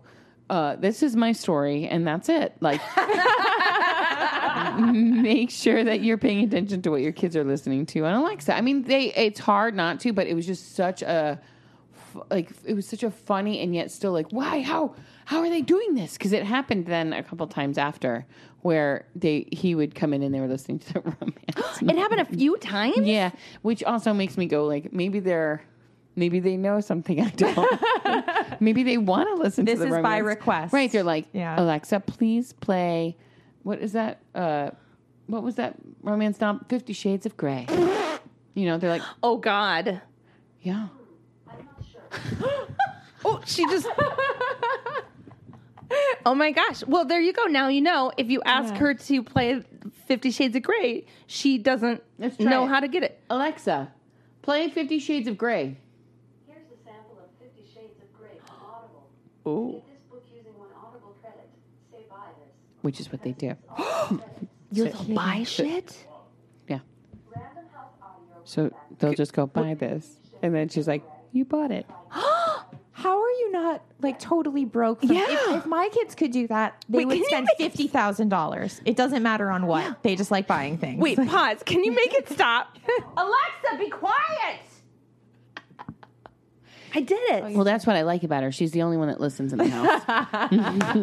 [SPEAKER 3] uh, this is my story, and that's it. Like, make sure that you're paying attention to what your kids are listening to on Alexa. I mean, they it's hard not to, but it was just such a fu- like it was such a funny and yet still like why how how are they doing this? Because it happened then a couple times after where they he would come in and they were listening to the romance.
[SPEAKER 2] It happened a few times.
[SPEAKER 3] yeah, which also makes me go like maybe they're maybe they know something I don't. maybe they want to listen
[SPEAKER 4] This
[SPEAKER 3] to the
[SPEAKER 4] is by
[SPEAKER 3] romance.
[SPEAKER 4] request.
[SPEAKER 3] right? They're like
[SPEAKER 4] Yeah.
[SPEAKER 3] Alexa, please play. What is that? Uh, what was that romance? Not Fifty Shades of Grey. you know, they're like
[SPEAKER 2] Oh God.
[SPEAKER 3] yeah.
[SPEAKER 2] Oh, she just. oh my gosh. Well, there you go. Now you know. If you ask
[SPEAKER 3] Yeah.
[SPEAKER 2] her to play Fifty Shades of Grey, she doesn't
[SPEAKER 3] Let's try
[SPEAKER 2] know
[SPEAKER 3] it.
[SPEAKER 2] how to get it.
[SPEAKER 3] Alexa, play Fifty Shades of Grey.
[SPEAKER 1] Here's a sample of Fifty Shades of Grey from Audible.
[SPEAKER 2] Oh.
[SPEAKER 1] Get this book using one Audible credit. Say buy this.
[SPEAKER 3] Which is what they do.
[SPEAKER 1] Audible credits.
[SPEAKER 2] You'll buy shit.
[SPEAKER 3] Yeah.
[SPEAKER 1] Random House Audio.
[SPEAKER 3] So they'll just go buy this, and then she's like, "You bought it."
[SPEAKER 4] How are you not like totally broke? From,
[SPEAKER 3] Yeah.
[SPEAKER 4] If, if my kids could do that, they
[SPEAKER 2] Wait, can
[SPEAKER 4] would
[SPEAKER 2] you
[SPEAKER 4] spend
[SPEAKER 2] make-
[SPEAKER 4] fifty thousand dollars. It doesn't matter on what. They just like buying things.
[SPEAKER 2] Wait, pause. Can you make it stop? Alexa, be quiet. I did it.
[SPEAKER 3] Well, that's what I like about her. She's the only one that listens in the house.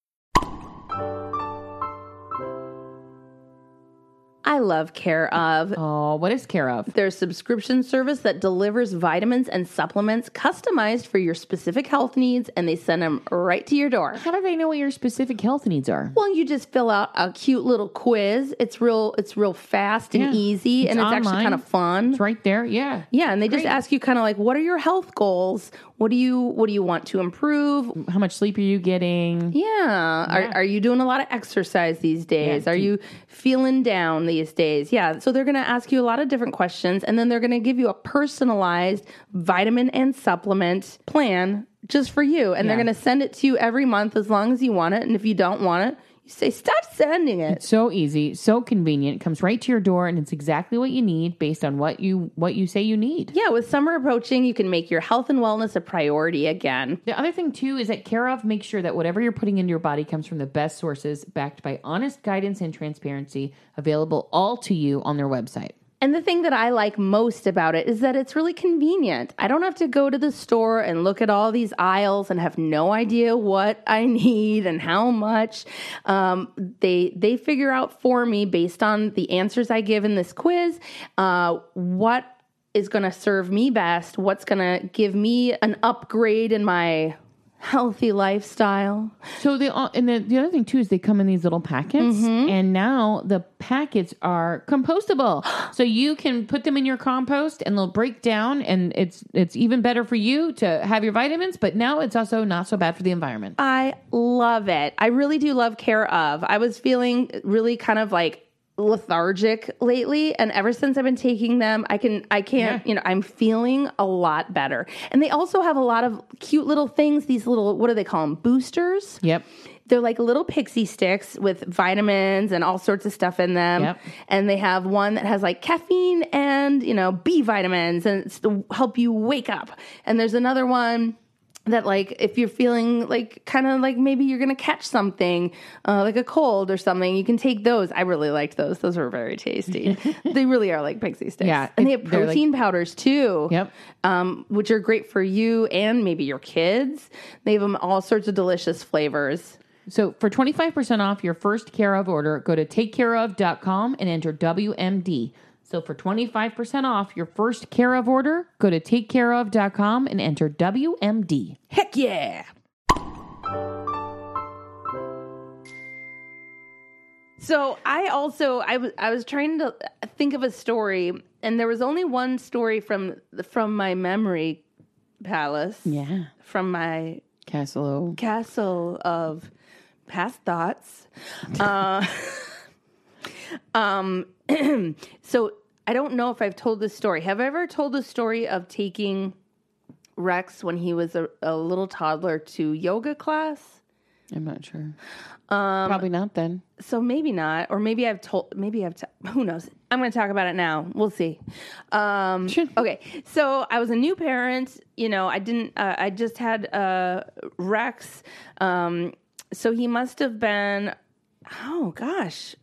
[SPEAKER 2] I love Care of.
[SPEAKER 3] oh, what is care of?
[SPEAKER 2] Their subscription service that delivers vitamins and supplements customized for your specific health needs, and they send them right to your door.
[SPEAKER 3] How do they know what your specific health needs are?
[SPEAKER 2] Well, you just fill out a cute little quiz. It's real. It's real fast and
[SPEAKER 3] Yeah.
[SPEAKER 2] easy, and it's actually
[SPEAKER 3] online.
[SPEAKER 2] kind of fun.
[SPEAKER 3] It's right there. Yeah.
[SPEAKER 2] Yeah, and they just ask you kind of like, what are your health goals? What do you What do you want to improve?
[SPEAKER 3] How much sleep are you getting?
[SPEAKER 2] Yeah. Are, are you doing a lot of exercise these days? Are you feeling down these days? Yeah. So they're going to ask you a lot of different questions and then they're going to give you a personalized vitamin and supplement plan just for you. And they're going to send it to you every month as long as you want it. And if you don't want it, you say, stop sending it.
[SPEAKER 3] So easy, so convenient. It comes right to your door, and it's exactly what you need based on what you what you say you need.
[SPEAKER 2] Yeah. With summer approaching, you can make your health and wellness a priority again.
[SPEAKER 3] The other thing too is that Care of makes sure that whatever you're putting into your body comes from the best sources, backed by honest guidance and transparency, available all to you on their website.
[SPEAKER 2] And the thing that I like most about it is that it's really convenient. I don't have to go to the store and look at all these aisles and have no idea what I need and how much. Um, they they figure out for me based on the answers I give in this quiz uh, what is going to serve me best, what's going to give me an upgrade in my healthy lifestyle.
[SPEAKER 3] So they all, and the, the other thing too is they come in these little packets, and now the packets are compostable. so you can put them in your compost, and they'll break down, and it's it's even better for you to have your vitamins. But now it's also not so bad for the environment.
[SPEAKER 2] I love it. I really do love care of. I was feeling really kind of like lethargic lately and ever since I've been taking them, I can I can't, you know, I'm feeling a lot better. And they also have a lot of cute little things, these little what do they call them? Boosters.
[SPEAKER 3] Yep.
[SPEAKER 2] They're like little pixie sticks with vitamins and all sorts of stuff in them.
[SPEAKER 3] Yep.
[SPEAKER 2] And they have one that has like caffeine and, you know, B vitamins and it's to help you wake up. And there's another one that like if you're feeling like kind of like maybe you're gonna catch something uh, like a cold or something you can take those i really liked those those were very tasty they really are like pixie sticks
[SPEAKER 3] Yeah,
[SPEAKER 2] and they
[SPEAKER 3] it-
[SPEAKER 2] have
[SPEAKER 3] they're, like-
[SPEAKER 2] protein powders too
[SPEAKER 3] Yep.
[SPEAKER 2] um, which are great for you and maybe your kids they have them all sorts of delicious flavors
[SPEAKER 3] So for 25% off your first Care of order, go to takecareof.com and enter WMD. So for 25% off your first Care of order, go to takecareof.com and enter WMD.
[SPEAKER 2] heck yeah So I also I was I was trying to think of a story, and there was only one story from from my memory palace,
[SPEAKER 3] Yeah.
[SPEAKER 2] from my
[SPEAKER 3] Castle.
[SPEAKER 2] castle of past thoughts. uh, um, so I don't know if I've told this story. Have I ever told the story of taking Rex when he was a, a little toddler to yoga class?
[SPEAKER 3] I'm not sure.
[SPEAKER 2] Um,
[SPEAKER 3] Probably not then.
[SPEAKER 2] so maybe not or maybe i've told maybe i've t- who knows i'm going to talk about it now we'll see um, okay so i was a new parent you know i didn't uh, i just had uh, rex um, so he must have been oh gosh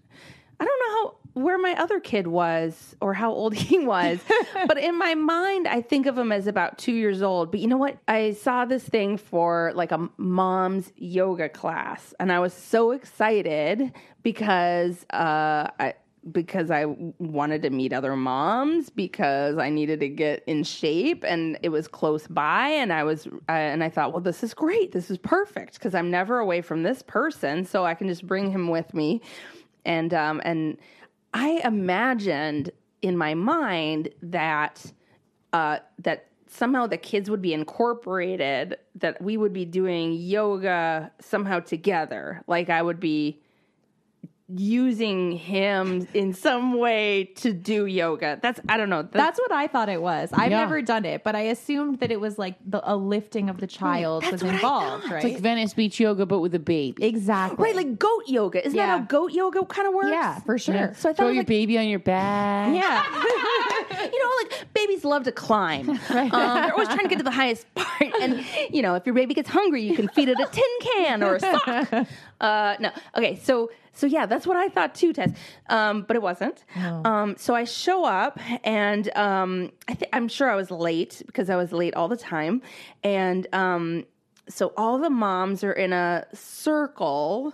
[SPEAKER 2] i don't know how where my other kid was or how old he was but in my mind i think of him as about two years old but you know what i saw this thing for like a mom's yoga class and i was so excited because uh, i because I w- wanted to meet other moms because I needed to get in shape and it was close by and I was uh, and I thought well this is great this is perfect because I'm never away from this person so I can just bring him with me and um and I imagined in my mind that uh, that somehow the kids would be incorporated, that we would be doing yoga somehow together. Like I would be using him in some way to do yoga. That's I don't know. That's,
[SPEAKER 4] That's what I thought it was. I've
[SPEAKER 3] Yeah.
[SPEAKER 4] never done it, but I assumed that it was like the, a lifting of the child was involved, right?
[SPEAKER 3] It's like Venice Beach yoga, but with a baby.
[SPEAKER 4] exactly.
[SPEAKER 2] right, like goat yoga. Isn't
[SPEAKER 4] Yeah.
[SPEAKER 2] that how goat yoga kind of works?
[SPEAKER 4] yeah, for sure.
[SPEAKER 2] So I thought
[SPEAKER 3] Throw
[SPEAKER 2] it was
[SPEAKER 3] your
[SPEAKER 2] like,
[SPEAKER 3] baby on your back.
[SPEAKER 4] yeah.
[SPEAKER 2] you know, like babies love to climb. Um, they're always trying to get to the highest part. And, you know, if your baby gets hungry, you can feed it a tin can or a sock. Uh, no. Okay. So, so yeah, that's what I thought too, Tess. Um, but it wasn't. Um, so I show up and, um, I th- I'm sure I was late because I was late all the time. And, um, so all the moms are in a circle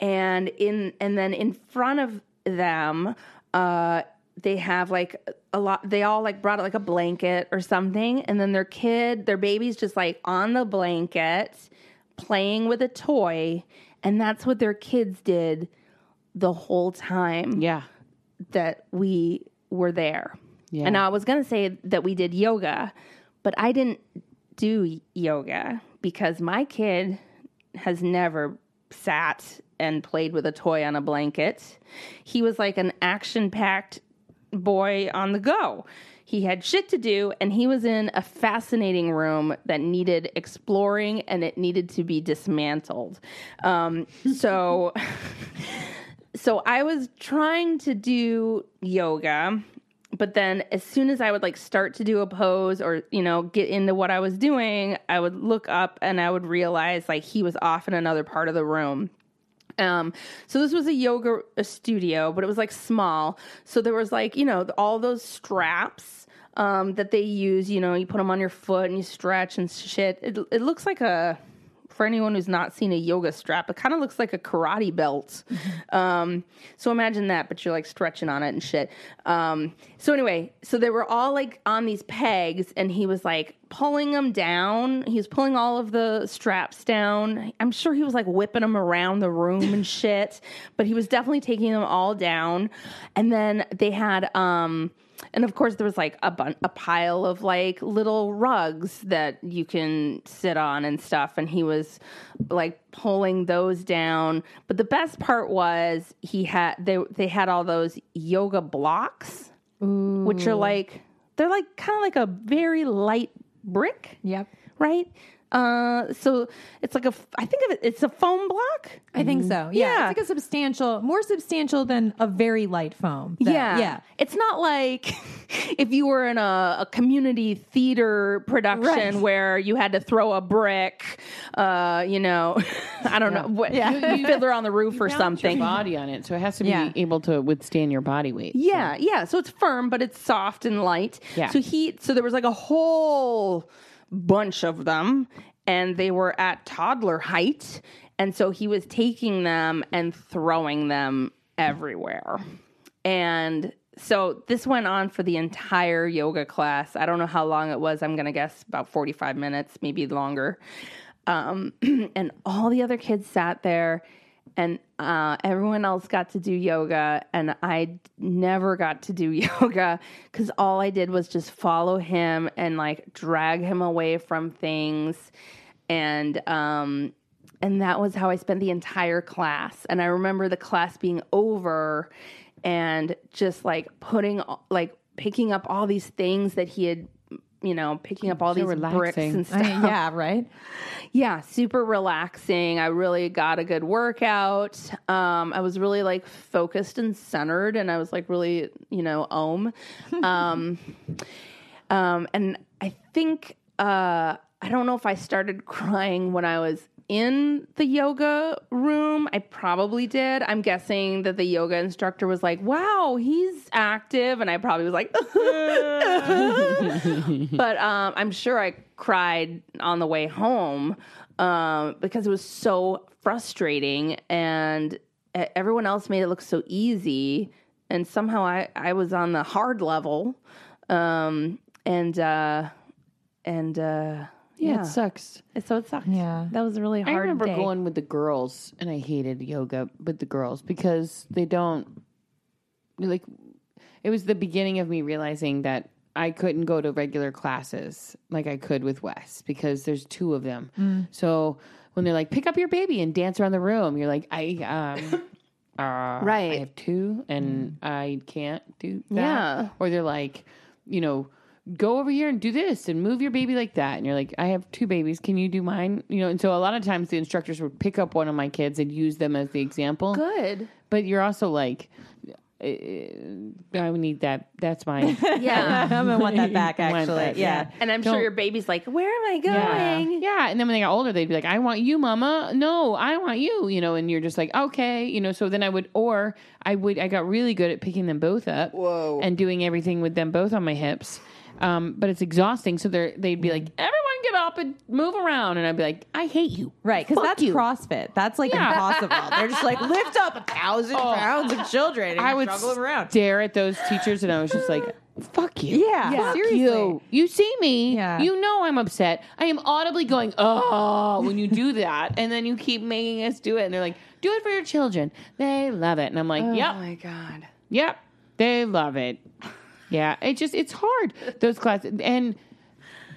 [SPEAKER 2] and in and then in front of them uh they have like a lot they all like brought like a blanket or something and then their kid their baby's just like on the blanket playing with a toy and that's what their kids did the whole time
[SPEAKER 3] Yeah.
[SPEAKER 2] that we were there.
[SPEAKER 3] Yeah.
[SPEAKER 2] And I was going to say that we did yoga, but I didn't do yoga because my kid has never sat and played with a toy on a blanket. He was like an action packed boy on the go. He had shit to do, and he was in a fascinating room that needed exploring and it needed to be dismantled. Um, so. so I was trying to do yoga, but then as soon as I would like start to do a pose or, you know, get into what I was doing, I would look up and I would realize like he was off in another part of the room. Um, so this was a yoga studio, but it was like small. So there was like, you know, all those straps um, that they use, you know, you put them on your foot and you stretch and shit. It, it looks like a, for anyone who's not seen a yoga strap, it kind of looks like a karate belt. Um, so imagine that, but you're like stretching on it and shit. Um, so anyway, so they were all like on these pegs, and he was like pulling them down. He was pulling all of the straps down. I'm sure he was like whipping them around the room and shit, but he was definitely taking them all down. And then they had, um, and of course there was like a bun- a pile of like little rugs that you can sit on and stuff and he was like pulling those down but the best part was he had they they had all those yoga blocks which are like they're like kind of like a very light brick
[SPEAKER 4] Yep.
[SPEAKER 2] right uh so it's like a f- i think of it it's a foam block
[SPEAKER 4] I think so. Yeah.
[SPEAKER 2] Yeah.
[SPEAKER 4] It's like a substantial, more substantial than a very light foam. that-
[SPEAKER 2] yeah.
[SPEAKER 4] Yeah.
[SPEAKER 2] It's not like if you were in a, a community theater production
[SPEAKER 4] Right.
[SPEAKER 2] where you had to throw a brick, uh, you know, I don't know, what,
[SPEAKER 4] Yeah.
[SPEAKER 2] you- fiddler on the roof or
[SPEAKER 3] Your
[SPEAKER 2] something.
[SPEAKER 3] body on it. So it has to be
[SPEAKER 4] Yeah.
[SPEAKER 3] able to withstand your body weight.
[SPEAKER 2] Yeah, yeah. So it's firm, but it's soft and light.
[SPEAKER 3] Yeah.
[SPEAKER 2] So he, so there was like a whole bunch of them, and they were at toddler height, and so he was taking them and throwing them everywhere, and so this went on for the entire yoga class. I don't know how long it was. I'm gonna guess about 45 minutes, maybe longer. Um, and all the other kids sat there and uh, everyone else got to do yoga and i d- never got to do yoga because all i did was just follow him and like drag him away from things and um and that was how i spent the entire class and i remember the class being over and just like putting like picking up all these things that he had, you know, picking up all
[SPEAKER 3] So
[SPEAKER 2] these bricks
[SPEAKER 3] relaxing.
[SPEAKER 2] and stuff.
[SPEAKER 4] I mean, yeah, right?
[SPEAKER 2] yeah, super relaxing. I really got a good workout. Um, I was really like focused and centered, and I was like really, you know, om. Um, um, and I think uh, I don't know if I started crying when I was in the yoga room. I probably did. I'm guessing that the yoga instructor was like, "Wow, he's active," and I probably was like. but um, I'm sure I cried on the way home um, because it was so frustrating, and e- everyone else made it look so easy, and somehow I I was on the hard level, um, and uh, and uh,
[SPEAKER 3] Yeah,
[SPEAKER 2] yeah,
[SPEAKER 3] it sucks.
[SPEAKER 2] so it sucked.
[SPEAKER 4] Yeah.
[SPEAKER 2] that was a really hard.
[SPEAKER 3] I remember
[SPEAKER 2] day.
[SPEAKER 3] going with the girls, and I hated yoga with the girls because they don't like. It was the beginning of me realizing that I couldn't go to regular classes like I could with Wes because there's two of them.
[SPEAKER 2] Mm.
[SPEAKER 3] So when they're like, "Pick up your baby and dance around the room," you're like, "I um." Uh, I
[SPEAKER 2] Right. Mm.
[SPEAKER 3] have two, and I can't do that.
[SPEAKER 2] Yeah.
[SPEAKER 3] Or they're like, you know, go over here and do this and move your baby like that. And you're like, I have two babies. Can you do mine? You know, and so a lot of times the instructors would pick up one of my kids and use them as the example.
[SPEAKER 2] Good.
[SPEAKER 3] But you're also like, eh, I would need that. That's mine.
[SPEAKER 2] Yeah.
[SPEAKER 4] I'm going to want that back,
[SPEAKER 3] Want
[SPEAKER 4] actually.
[SPEAKER 3] that,
[SPEAKER 4] yeah.
[SPEAKER 2] And I'm sure your baby's like, where am I
[SPEAKER 3] Yeah.
[SPEAKER 2] going?
[SPEAKER 3] yeah. And then when they got older, they'd be like, I want you, mama. No, I want you, you know, and you're just like, okay, you know, so then I would, or I would, I got really good at picking them both up Whoa. and doing everything with them both on my hips. Um, but it's exhausting. So they're, they'd be like, everyone get up and move around. And I'd be like, I hate you.
[SPEAKER 4] Right, because
[SPEAKER 3] Fuck
[SPEAKER 4] that's
[SPEAKER 3] you.
[SPEAKER 4] CrossFit. That's like
[SPEAKER 3] Yeah.
[SPEAKER 4] impossible. They're just like lift up a thousand pounds of children. And
[SPEAKER 3] I would
[SPEAKER 4] struggle them around.
[SPEAKER 3] stare at those teachers and I was just like, fuck you.
[SPEAKER 4] Yeah,
[SPEAKER 3] Fuck
[SPEAKER 4] seriously.
[SPEAKER 3] you. You see me.
[SPEAKER 4] Yeah.
[SPEAKER 3] You know I'm upset. I am audibly going, oh, when you do that. And then you keep making us do it. And they're like, do it for your children. They love it. And I'm like, yep.
[SPEAKER 2] Oh my god.
[SPEAKER 3] Yep. They love it. Yeah. It just, it's hard. Those classes. And,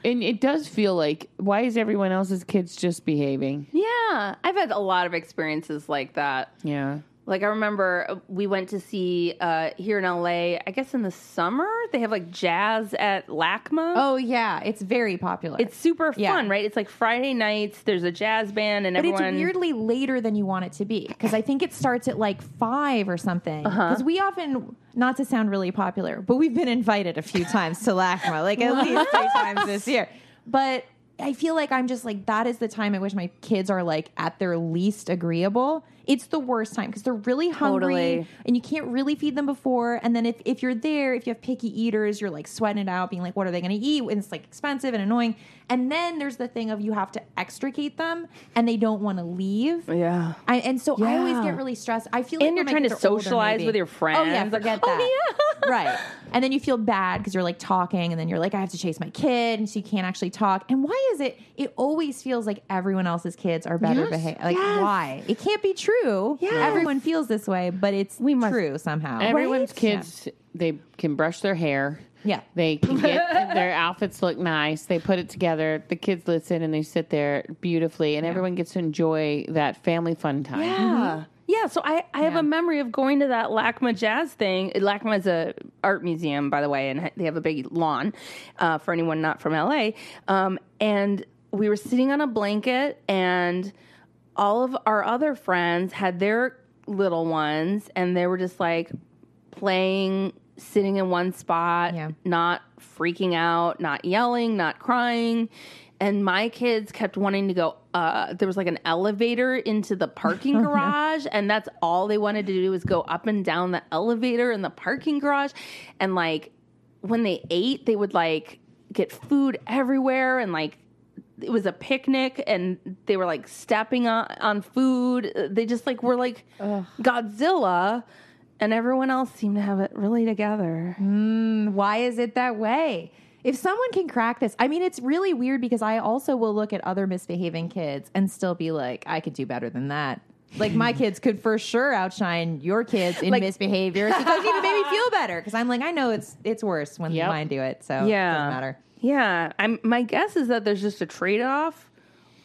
[SPEAKER 3] and it does feel like, why is everyone else's kids just behaving?
[SPEAKER 2] Yeah, I've had a lot of experiences like that.
[SPEAKER 3] Yeah.
[SPEAKER 2] Like I remember uh, we went to see uh, here in LA. I guess in the summer they have like jazz at LACMA.
[SPEAKER 4] Oh yeah, it's very popular.
[SPEAKER 2] it's super
[SPEAKER 4] Yeah.
[SPEAKER 2] fun, right? It's like Friday nights. There's a jazz band, and
[SPEAKER 4] but
[SPEAKER 2] everyone.
[SPEAKER 4] it's weirdly later than you want it to be because I think it starts at like five or something. Because we often, not to sound really popular, but we've been invited a few times to LACMA, like at least three times this year. But I feel like I'm just like that is the time at which my kids are like at their least agreeable. It's the worst time because they're really hungry
[SPEAKER 2] Totally.
[SPEAKER 4] and you can't really feed them before. And then if, if you're there, if you have picky eaters, you're like sweating it out, being like, what are they going to eat? And it's like expensive and annoying. And then there's the thing of you have to extricate them and they don't want to leave.
[SPEAKER 2] Yeah.
[SPEAKER 4] I, and so I always
[SPEAKER 2] Yeah.
[SPEAKER 4] get really stressed. I feel like
[SPEAKER 2] And
[SPEAKER 4] when
[SPEAKER 2] you're
[SPEAKER 4] my
[SPEAKER 2] trying to
[SPEAKER 4] kids are older,
[SPEAKER 2] socialize
[SPEAKER 4] maybe-
[SPEAKER 2] with your friends.
[SPEAKER 4] Oh yeah,
[SPEAKER 2] Like,
[SPEAKER 4] forget
[SPEAKER 2] oh,
[SPEAKER 4] that.
[SPEAKER 2] yeah.
[SPEAKER 4] right. And then you feel bad because you're like talking, and then you're like, I have to chase my kid, and so you can't actually talk. And why is it? It always feels like everyone else's kids are better
[SPEAKER 3] Yes.
[SPEAKER 4] behaved. Like
[SPEAKER 3] Yes.
[SPEAKER 4] why? It can't be true.
[SPEAKER 2] Yes.
[SPEAKER 4] Everyone feels this way, but it's
[SPEAKER 2] We must-
[SPEAKER 4] true somehow.
[SPEAKER 3] Everyone's
[SPEAKER 4] Right?
[SPEAKER 3] kids, they can brush their hair.
[SPEAKER 4] Yeah.
[SPEAKER 3] They can get their outfits look nice. They put it together. The kids listen and they sit there beautifully, and everyone gets to enjoy that family fun time.
[SPEAKER 2] Yeah. Mm-hmm. Yeah, so I, I have a memory of going to that LACMA jazz thing. LACMA is a art museum, by the way, and they have a big lawn uh, for anyone not from LA. Um, and we were sitting on a blanket, and all of our other friends had their little ones, and they were just like playing, sitting in one spot,
[SPEAKER 4] Yeah.
[SPEAKER 2] not freaking out, not yelling, not crying. And my kids kept wanting to go. Uh, there was like an elevator into the parking garage, and that's all they wanted to do was go up and down the elevator in the parking garage. And like when they ate, they would like get food everywhere, and like it was a picnic, and they were like stepping on, on food. Uh, They just like were like Godzilla, and everyone else seemed to have it really together.
[SPEAKER 4] Why is it that way? If someone can crack this, I mean, it's really weird because I also will look at other misbehaving kids and still be like, I could do better than that. Like my kids could for sure outshine your kids in
[SPEAKER 2] Like-
[SPEAKER 4] misbehavior. So it doesn't even make me feel better because I'm like, I know it's it's worse when
[SPEAKER 3] Yep.
[SPEAKER 4] mine do it. So
[SPEAKER 2] Yeah.
[SPEAKER 4] it doesn't matter.
[SPEAKER 2] Yeah, I'm. My guess is that there's just a trade off,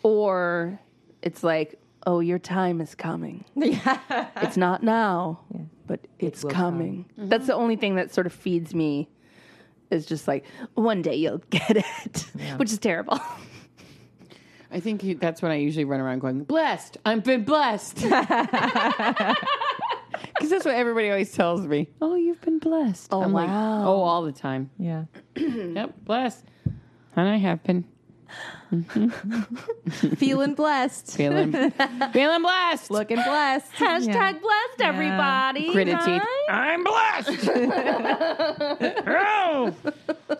[SPEAKER 2] or it's like, oh, your time is coming. Mm-hmm. it's not now, but it's coming. That's the only thing that sort of feeds me is just like one day you'll get it, which is terrible.
[SPEAKER 3] I think you, that's when I usually run around going, blessed. I've been blessed. Because that's what everybody always tells me. Oh, you've been blessed. Oh, I'm like,
[SPEAKER 2] wow.
[SPEAKER 3] oh, all the time.
[SPEAKER 4] Yeah.
[SPEAKER 3] Yep, blessed. And I have been
[SPEAKER 4] Feeling blessed.
[SPEAKER 3] feeling, feeling blessed.
[SPEAKER 4] Looking blessed.
[SPEAKER 2] Hashtag blessed everybody.
[SPEAKER 3] Gritted teeth.
[SPEAKER 2] right?
[SPEAKER 3] I'm blessed. oh,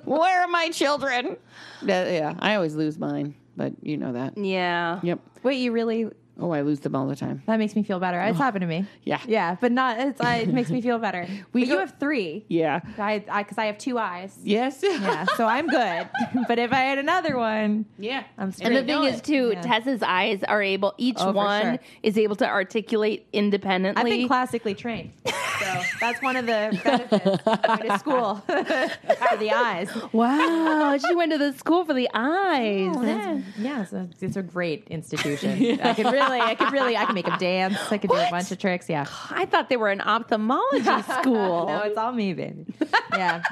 [SPEAKER 3] where are my children? That- yeah, I always lose mine, but you know that.
[SPEAKER 2] Yeah.
[SPEAKER 3] Yep.
[SPEAKER 4] Wait, you really?
[SPEAKER 3] Oh, I lose them all the time.
[SPEAKER 4] That makes me feel better. It's happened to me.
[SPEAKER 3] Yeah.
[SPEAKER 4] Yeah, but not. It's, uh, it makes me feel better.
[SPEAKER 3] We
[SPEAKER 4] But
[SPEAKER 3] go-
[SPEAKER 4] you have three.
[SPEAKER 3] Yeah.
[SPEAKER 4] I, I, because I have two eyes.
[SPEAKER 3] Yes.
[SPEAKER 4] Yeah, so I'm good. but if I had another one,
[SPEAKER 3] Yeah.
[SPEAKER 4] I'm
[SPEAKER 2] And
[SPEAKER 4] screwed.
[SPEAKER 2] the thing is, too, Tessa's eyes are able, each
[SPEAKER 4] Oh,
[SPEAKER 2] one
[SPEAKER 4] for sure.
[SPEAKER 2] is able to articulate independently.
[SPEAKER 4] I've been classically trained, so that's one of the benefits of going to school for the eyes.
[SPEAKER 2] wow. she went to the school for the eyes.
[SPEAKER 4] Yeah, so it's a great institution. I could really, I could really, I could make them dance. I could do a bunch of tricks. Yeah,
[SPEAKER 2] I thought they were an ophthalmology school.
[SPEAKER 4] no, it's all me, baby. Yeah,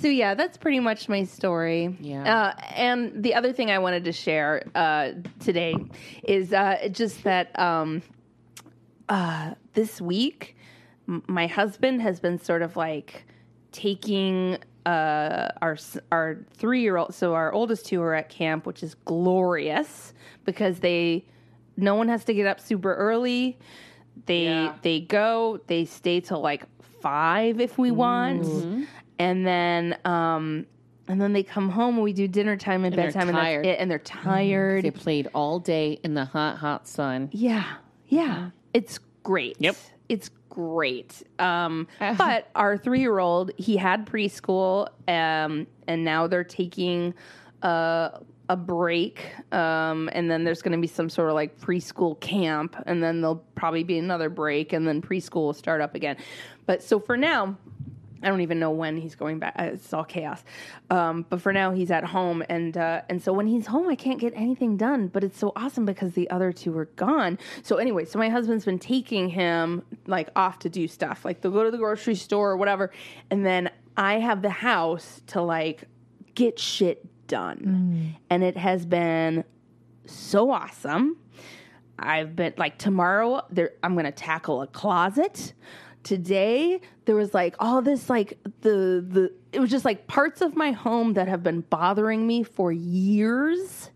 [SPEAKER 2] So yeah, that's pretty much my story.
[SPEAKER 3] Yeah.
[SPEAKER 2] Uh, and the other thing I wanted to share uh, today is uh, just that um, uh, this week, m- my husband has been sort of like taking uh, our s- our three year old. So our oldest two are at camp, which is glorious because they no one has to get up super early. They they go. They stay till like five if we want,
[SPEAKER 3] Mm-hmm.
[SPEAKER 2] and then um and then they come home and we do dinner time and,
[SPEAKER 3] they're
[SPEAKER 2] bedtime and
[SPEAKER 3] tired. Mm-hmm.
[SPEAKER 2] that's it. And they're tired.
[SPEAKER 3] They played all day in the hot, hot sun.
[SPEAKER 2] Yeah. Yeah. It's great. Yep. It's great. Um, but our three year old, he had preschool, um, and now they're taking a, a break. Um, and then there's going to be some sort of like preschool camp, and then there'll probably be another break, and then preschool will start up again. But so for now, I don't even know when he's going back. Uh, It's all chaos. Um, but for now, he's at home, and uh, and so when he's home, I can't get anything done. But it's so awesome because the other two are gone. So anyway, so my husband's been taking him like off to do stuff, like they'll go to the grocery store or whatever, and then I have the house to like get shit done, and it has been so awesome. I've been like tomorrow there I'm going to tackle a closet. Today there was like all this like the the it was just like parts of my home that have been bothering me for years.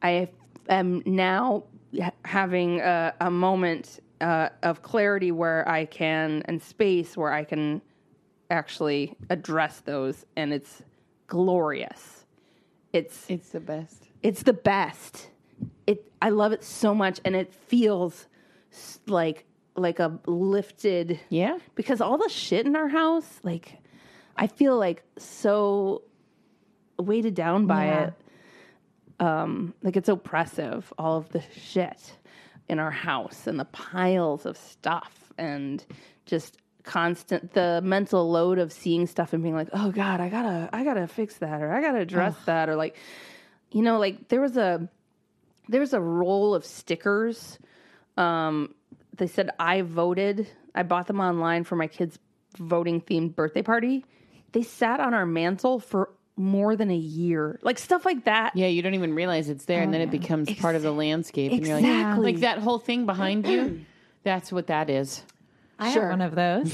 [SPEAKER 2] I am now ha- having a, a moment uh, of clarity where I can and space where I can actually address those and it's glorious. It's
[SPEAKER 3] It's the best.
[SPEAKER 2] it's the best. It I love it so much, and it feels s- like like a lifted.
[SPEAKER 3] Yeah.
[SPEAKER 2] Because all the shit in our house, like I feel like so weighted down by
[SPEAKER 4] Yeah.
[SPEAKER 2] it. Um, like it's oppressive. All of the shit in our house and the piles of stuff and just constant the mental load of seeing stuff and being like, oh god, I gotta I gotta fix that or I gotta address that or like you know like there was a there was a roll of stickers um they said i voted i bought them online for my kids voting themed birthday party they sat on our mantle for more than a year like stuff like that
[SPEAKER 3] Yeah, you don't even realize it's there, and then it becomes part of the landscape. And you're like,
[SPEAKER 2] Exactly.
[SPEAKER 3] like that whole thing behind you. That's what that is.
[SPEAKER 4] I have one of those.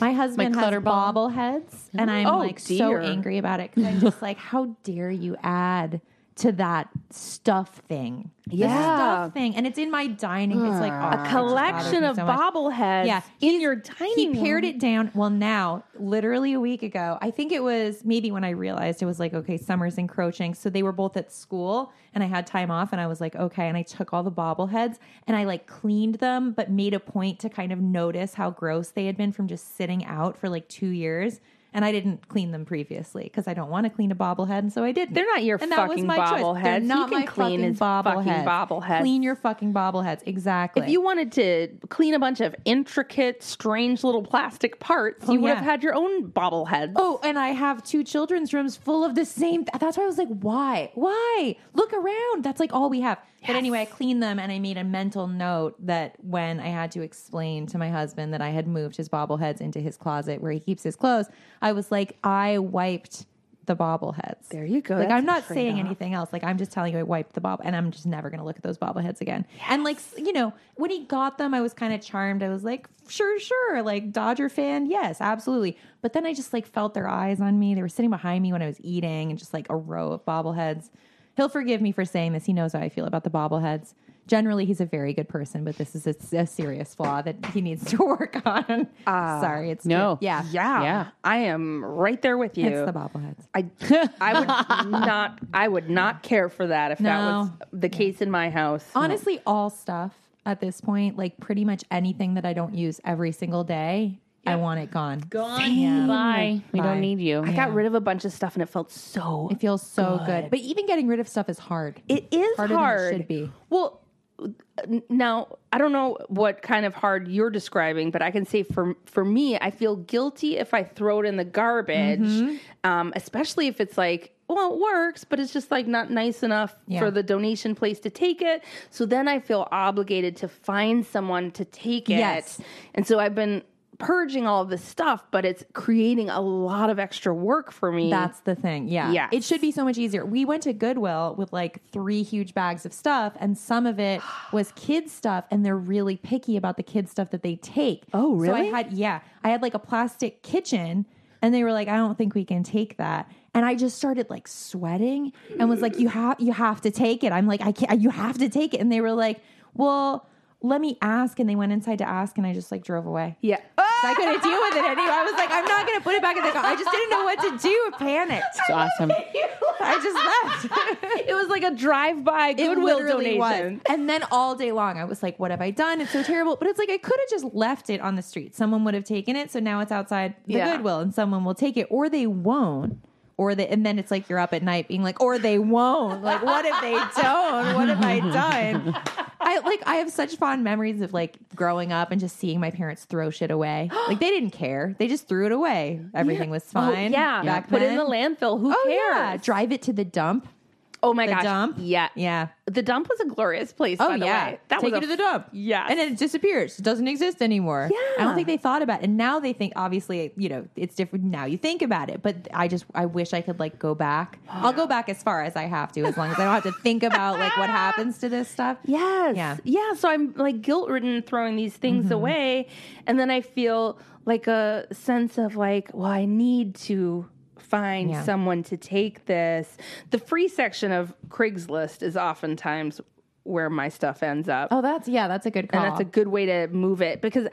[SPEAKER 4] My husband has
[SPEAKER 3] clutter ball.
[SPEAKER 4] bobbleheads, and I'm
[SPEAKER 2] Oh,
[SPEAKER 4] like so
[SPEAKER 2] dear.
[SPEAKER 4] angry about it because I'm just like, how dare you add to that stuff thing? The
[SPEAKER 2] Yeah.
[SPEAKER 4] stuff thing, and it's in my dining. It's like oh, it
[SPEAKER 2] a
[SPEAKER 4] just bothers
[SPEAKER 2] collection
[SPEAKER 4] me
[SPEAKER 2] of
[SPEAKER 4] so much.
[SPEAKER 2] bobbleheads
[SPEAKER 4] Yeah,
[SPEAKER 2] in your tiny
[SPEAKER 4] He pared it down. Well, now, literally a week ago, I think it was maybe when I realized it was like, okay, summer's encroaching. So they were both at school and I had time off and I was like, okay. And I took all the bobbleheads and I like cleaned them, but made a point to kind of notice how gross they had been from just sitting out for like two years. And I didn't clean them previously because I don't want to clean a bobblehead. And so I didn't.
[SPEAKER 2] They're not your
[SPEAKER 4] and that was
[SPEAKER 2] fucking
[SPEAKER 4] my choice. They're
[SPEAKER 2] bobbleheads. He
[SPEAKER 4] not
[SPEAKER 2] can
[SPEAKER 4] my
[SPEAKER 2] clean
[SPEAKER 4] fucking
[SPEAKER 2] his fucking
[SPEAKER 4] bobbleheads.
[SPEAKER 2] bobbleheads.
[SPEAKER 4] Clean your fucking bobbleheads. Exactly.
[SPEAKER 2] if you wanted to clean a bunch of intricate strange little plastic parts you would
[SPEAKER 4] yeah.
[SPEAKER 2] have had your own bobbleheads
[SPEAKER 4] Oh, and I have two children's rooms full of the same. Th- that's why I was like, why? Why? Look around. That's like all we have. But anyway, I cleaned them and I made a mental note that when I had to explain to my husband that I had moved his bobbleheads into his closet where he keeps his clothes, I was like, I wiped the bobbleheads.
[SPEAKER 2] There you go.
[SPEAKER 4] Like
[SPEAKER 2] That's
[SPEAKER 4] I'm
[SPEAKER 2] a
[SPEAKER 4] not saying
[SPEAKER 2] trade-off.
[SPEAKER 4] anything else. Like I'm just telling you, I wiped the bob, and I'm just never gonna look at those bobbleheads again. And like s- you know, when he got them, I was kind of charmed. I was like, sure, sure, like Dodger fan, yes, absolutely. But then I just like felt their eyes on me. They were sitting behind me when I was eating, and just like a row of bobbleheads. He'll forgive me for saying this. He knows how I feel about the bobbleheads. Generally, he's a very good person, but this is a, a serious flaw that he needs to work on.
[SPEAKER 2] Ah.
[SPEAKER 4] Sorry, it's
[SPEAKER 3] no.
[SPEAKER 4] yeah,
[SPEAKER 2] Yeah.
[SPEAKER 3] Yeah.
[SPEAKER 2] I am right there with you.
[SPEAKER 4] it's the bobbleheads.
[SPEAKER 2] I I would not I would not care for that if that was the case in my house.
[SPEAKER 4] Honestly, all stuff at this point, like pretty much anything that I don't use every single day, I want it gone. Gone.
[SPEAKER 3] Bye. We
[SPEAKER 4] Bye.
[SPEAKER 3] don't need you.
[SPEAKER 2] I got rid of a bunch of stuff and it felt so
[SPEAKER 4] It feels so good. But even getting rid of stuff is hard.
[SPEAKER 2] It is
[SPEAKER 4] Harder than it
[SPEAKER 2] hard.
[SPEAKER 4] should be.
[SPEAKER 2] Well, n- now I don't know what kind of hard you're describing, but I can say for for me, I feel guilty if I throw it in the garbage,
[SPEAKER 4] Mm-hmm.
[SPEAKER 2] um, especially if it's like. Well, it works, but it's just like not nice enough
[SPEAKER 4] Yeah.
[SPEAKER 2] for the donation place to take it. So then I feel obligated to find someone to take it.
[SPEAKER 4] Yes.
[SPEAKER 2] And so I've been purging all of this stuff, but it's creating a lot of extra work for me.
[SPEAKER 4] That's the thing. Yeah.
[SPEAKER 2] Yes.
[SPEAKER 4] It should be so much easier. We went to Goodwill with like three huge bags of stuff, and some of it was kids' stuff, and they're really picky about the kids' stuff that they take.
[SPEAKER 2] Oh,
[SPEAKER 4] So I
[SPEAKER 2] really?
[SPEAKER 4] had, yeah, I had like a plastic kitchen, and they were like, I don't think we can take that. And I just started like sweating and was like, you have, you have to take it. I'm like, I can't, you have to take it. And they were like, well, let me ask. And they went inside to ask, and I just like drove away.
[SPEAKER 2] yeah.
[SPEAKER 4] So I couldn't deal with it anymore. I was like, I'm not going to put it back in the car. I just didn't know what to do. I panicked.
[SPEAKER 3] It's awesome.
[SPEAKER 4] I just left.
[SPEAKER 2] It was like a drive by
[SPEAKER 4] It
[SPEAKER 2] Goodwill
[SPEAKER 4] literally
[SPEAKER 2] donation.
[SPEAKER 4] was. And then all day long, I was like, what have I done? It's so terrible. But it's like, I could have just left it on the street. Someone would have taken it. So now it's outside the
[SPEAKER 2] Yeah.
[SPEAKER 4] Goodwill and someone will take it or they won't. Or they, and then it's like you're up at night being like, or they won't. Like, what if they don't? What have I done? I like, I have such fond memories of like growing up and just seeing my parents throw shit away. Like, they didn't care. They just threw it away. Everything was
[SPEAKER 2] Oh,
[SPEAKER 4] fine.
[SPEAKER 2] yeah,
[SPEAKER 4] Back
[SPEAKER 2] put it in the
[SPEAKER 4] then.
[SPEAKER 2] landfill. Who
[SPEAKER 4] Oh,
[SPEAKER 2] cares?
[SPEAKER 4] yeah. Drive it to the dump.
[SPEAKER 2] Oh my
[SPEAKER 4] The
[SPEAKER 2] gosh.
[SPEAKER 4] dump.
[SPEAKER 2] Yeah.
[SPEAKER 4] Yeah.
[SPEAKER 2] The dump was a glorious place.
[SPEAKER 4] Oh
[SPEAKER 2] by the
[SPEAKER 4] yeah,
[SPEAKER 2] way. that
[SPEAKER 4] take
[SPEAKER 2] was
[SPEAKER 4] it
[SPEAKER 2] a
[SPEAKER 4] to the dump.
[SPEAKER 2] Yes.
[SPEAKER 4] and then it disappears. It doesn't exist anymore. I
[SPEAKER 2] Yeah.
[SPEAKER 4] don't think they thought about it. And now they think, obviously, you know, it's different now. You think about it, but I just, I wish I could like go back. I'll go back as far as I have to, as long as I don't have to think about like what happens to this stuff.
[SPEAKER 2] Yes.
[SPEAKER 4] Yeah.
[SPEAKER 2] Yeah. Mm-hmm. So I'm like guilt ridden throwing these things away. And then I feel like a sense of like, well, I need to find
[SPEAKER 4] Yeah.
[SPEAKER 2] someone to take this. The free section of Craigslist is oftentimes where my stuff ends up.
[SPEAKER 4] Oh, that's yeah, that's a good call.
[SPEAKER 2] and that's a good way to move it because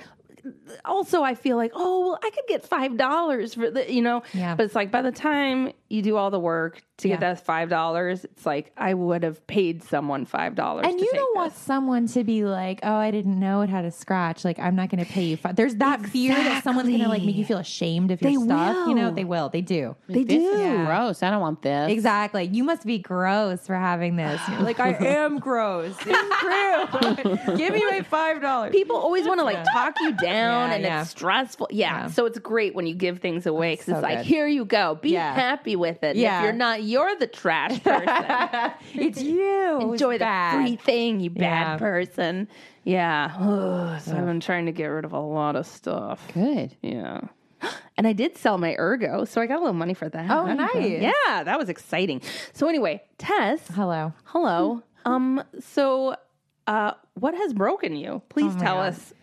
[SPEAKER 2] also I feel like oh well I could get five dollars for the you know
[SPEAKER 4] Yeah.
[SPEAKER 2] but it's like by the time you do all the work to get
[SPEAKER 4] Yeah.
[SPEAKER 2] that five dollars it's like I would have paid someone five dollars
[SPEAKER 4] and you don't want someone to be like, "Oh, I didn't know it had a scratch. Like, I'm not going to pay you." Fi-. There's that fear that someone's going to like make you feel ashamed of your
[SPEAKER 2] They
[SPEAKER 4] stuff. You know,
[SPEAKER 2] will.
[SPEAKER 4] they will. They do.
[SPEAKER 2] they
[SPEAKER 3] This
[SPEAKER 2] do
[SPEAKER 3] is gross. I don't want this.
[SPEAKER 4] Exactly. You must be gross for having this. You're like, I am gross. It's true. Give me my five dollars.
[SPEAKER 2] people always want to like talk you down
[SPEAKER 4] Yeah,
[SPEAKER 2] and
[SPEAKER 4] yeah.
[SPEAKER 2] it's stressful yeah. so it's great when you give things away because it's
[SPEAKER 4] so
[SPEAKER 2] like
[SPEAKER 4] good.
[SPEAKER 2] here you go be
[SPEAKER 4] Yeah.
[SPEAKER 2] happy with it And
[SPEAKER 4] Yeah.
[SPEAKER 2] if you're not you're the trash person
[SPEAKER 4] It's you.
[SPEAKER 2] enjoy the
[SPEAKER 4] that.
[SPEAKER 2] free thing, you bad
[SPEAKER 4] Yeah.
[SPEAKER 2] person. Yeah. Ugh, so I've been trying to get rid of a lot of stuff.
[SPEAKER 3] Good.
[SPEAKER 2] Yeah. And I did sell my ergo, so I got a little money for that.
[SPEAKER 4] Oh, nice.
[SPEAKER 2] Yeah, that was exciting. So anyway, Tess,
[SPEAKER 4] Hello.
[SPEAKER 2] hello. Um, so uh what has broken you? Please tell us.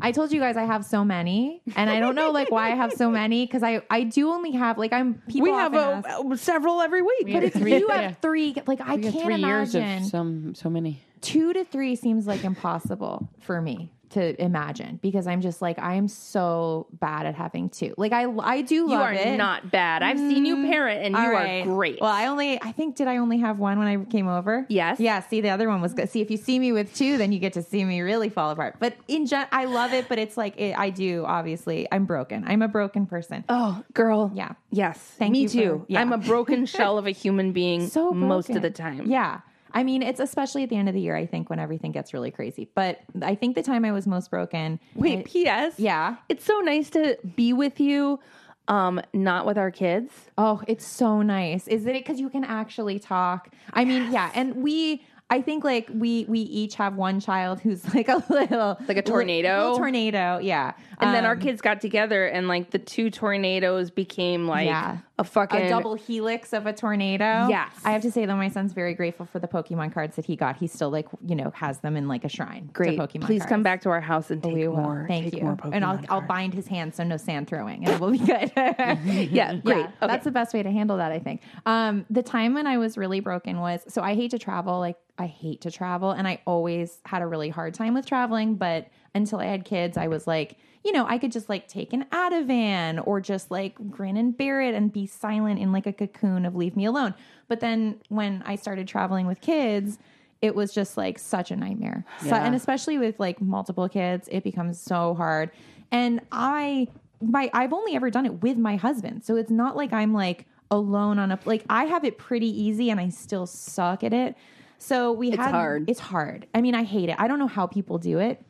[SPEAKER 4] I told you guys I have so many, and I don't know like why I have so many because I I do only have like I'm people.
[SPEAKER 2] We have
[SPEAKER 4] often ask,
[SPEAKER 2] a, uh, several every week.
[SPEAKER 3] have
[SPEAKER 2] But it's
[SPEAKER 3] three-
[SPEAKER 4] you have
[SPEAKER 3] yeah.
[SPEAKER 4] three. Like I
[SPEAKER 3] We got
[SPEAKER 4] can't
[SPEAKER 3] three
[SPEAKER 4] imagine
[SPEAKER 3] years of some so many.
[SPEAKER 4] two to three seems like impossible for me to imagine because I'm just like I am so bad at having two. Like I I do
[SPEAKER 2] you Mm.
[SPEAKER 4] love
[SPEAKER 2] are
[SPEAKER 4] it.
[SPEAKER 2] not bad. I've seen you parent and you
[SPEAKER 4] All
[SPEAKER 2] are
[SPEAKER 4] right.
[SPEAKER 2] great.
[SPEAKER 4] Well, I only, I think, did I only have one when I came over?
[SPEAKER 2] Yes.
[SPEAKER 4] Yeah. See, the other one was good. See, if you see me with two, then you get to see me really fall apart. But in gen, I love it. But it's like it, I do. Obviously, I'm broken. I'm a broken person.
[SPEAKER 2] Oh, girl.
[SPEAKER 4] Yeah.
[SPEAKER 2] Yes.
[SPEAKER 4] Thank
[SPEAKER 2] me
[SPEAKER 4] you for-
[SPEAKER 2] too.
[SPEAKER 4] yeah.
[SPEAKER 2] I'm a broken shell of a human being
[SPEAKER 4] so broken.
[SPEAKER 2] most of the time.
[SPEAKER 4] Yeah. I mean, it's especially at the end of the year. I think when everything gets really crazy. But I think the time I was most broken.
[SPEAKER 2] Wait,
[SPEAKER 4] I-
[SPEAKER 2] PS.
[SPEAKER 4] yeah.
[SPEAKER 2] It's so nice to be with you, um, not with our kids.
[SPEAKER 4] Oh, it's so nice. Is it because you can actually talk? I mean, yeah. And we, I think like we we each have one child who's like a little
[SPEAKER 2] Like a tornado?
[SPEAKER 4] little tornado, yeah.
[SPEAKER 2] And then our
[SPEAKER 4] Um,
[SPEAKER 2] kids got together, and like the two tornadoes became like
[SPEAKER 4] Yeah.
[SPEAKER 2] a fucking
[SPEAKER 4] a double helix of a tornado.
[SPEAKER 2] Yes.
[SPEAKER 4] I have to say though, my son's very grateful for the Pokemon cards that he got. He still like you know has them in like a shrine. to
[SPEAKER 2] Great.
[SPEAKER 4] Pokemon.
[SPEAKER 2] Please come
[SPEAKER 4] cards.
[SPEAKER 2] back to our house and take
[SPEAKER 4] We will.
[SPEAKER 2] more.
[SPEAKER 4] Thank
[SPEAKER 2] take
[SPEAKER 4] you.
[SPEAKER 2] More Pokemon
[SPEAKER 4] and I'll I'll
[SPEAKER 2] cards.
[SPEAKER 4] bind his hands so no sand throwing, and it will be good. yeah,
[SPEAKER 2] Mm-hmm. Yeah, great. Okay.
[SPEAKER 4] That's the best way to handle that, I think. Um, the time when I was really broken was so I hate to travel. Like I hate to travel, and I always had a really hard time with traveling. But until I had kids, I was like, you know, I could just like take an Ativan or just like grin and bear it and be silent in like a cocoon of leave me alone. But then when I started traveling with kids. It was just like such a nightmare. So, and especially with like multiple kids, it becomes so hard. And I my I've only ever done it with my husband. So it's not like I'm like alone on a like I have it pretty easy and I still suck at it. So we had
[SPEAKER 2] hard.
[SPEAKER 4] It's hard. I mean, I hate it. I don't know how people do it.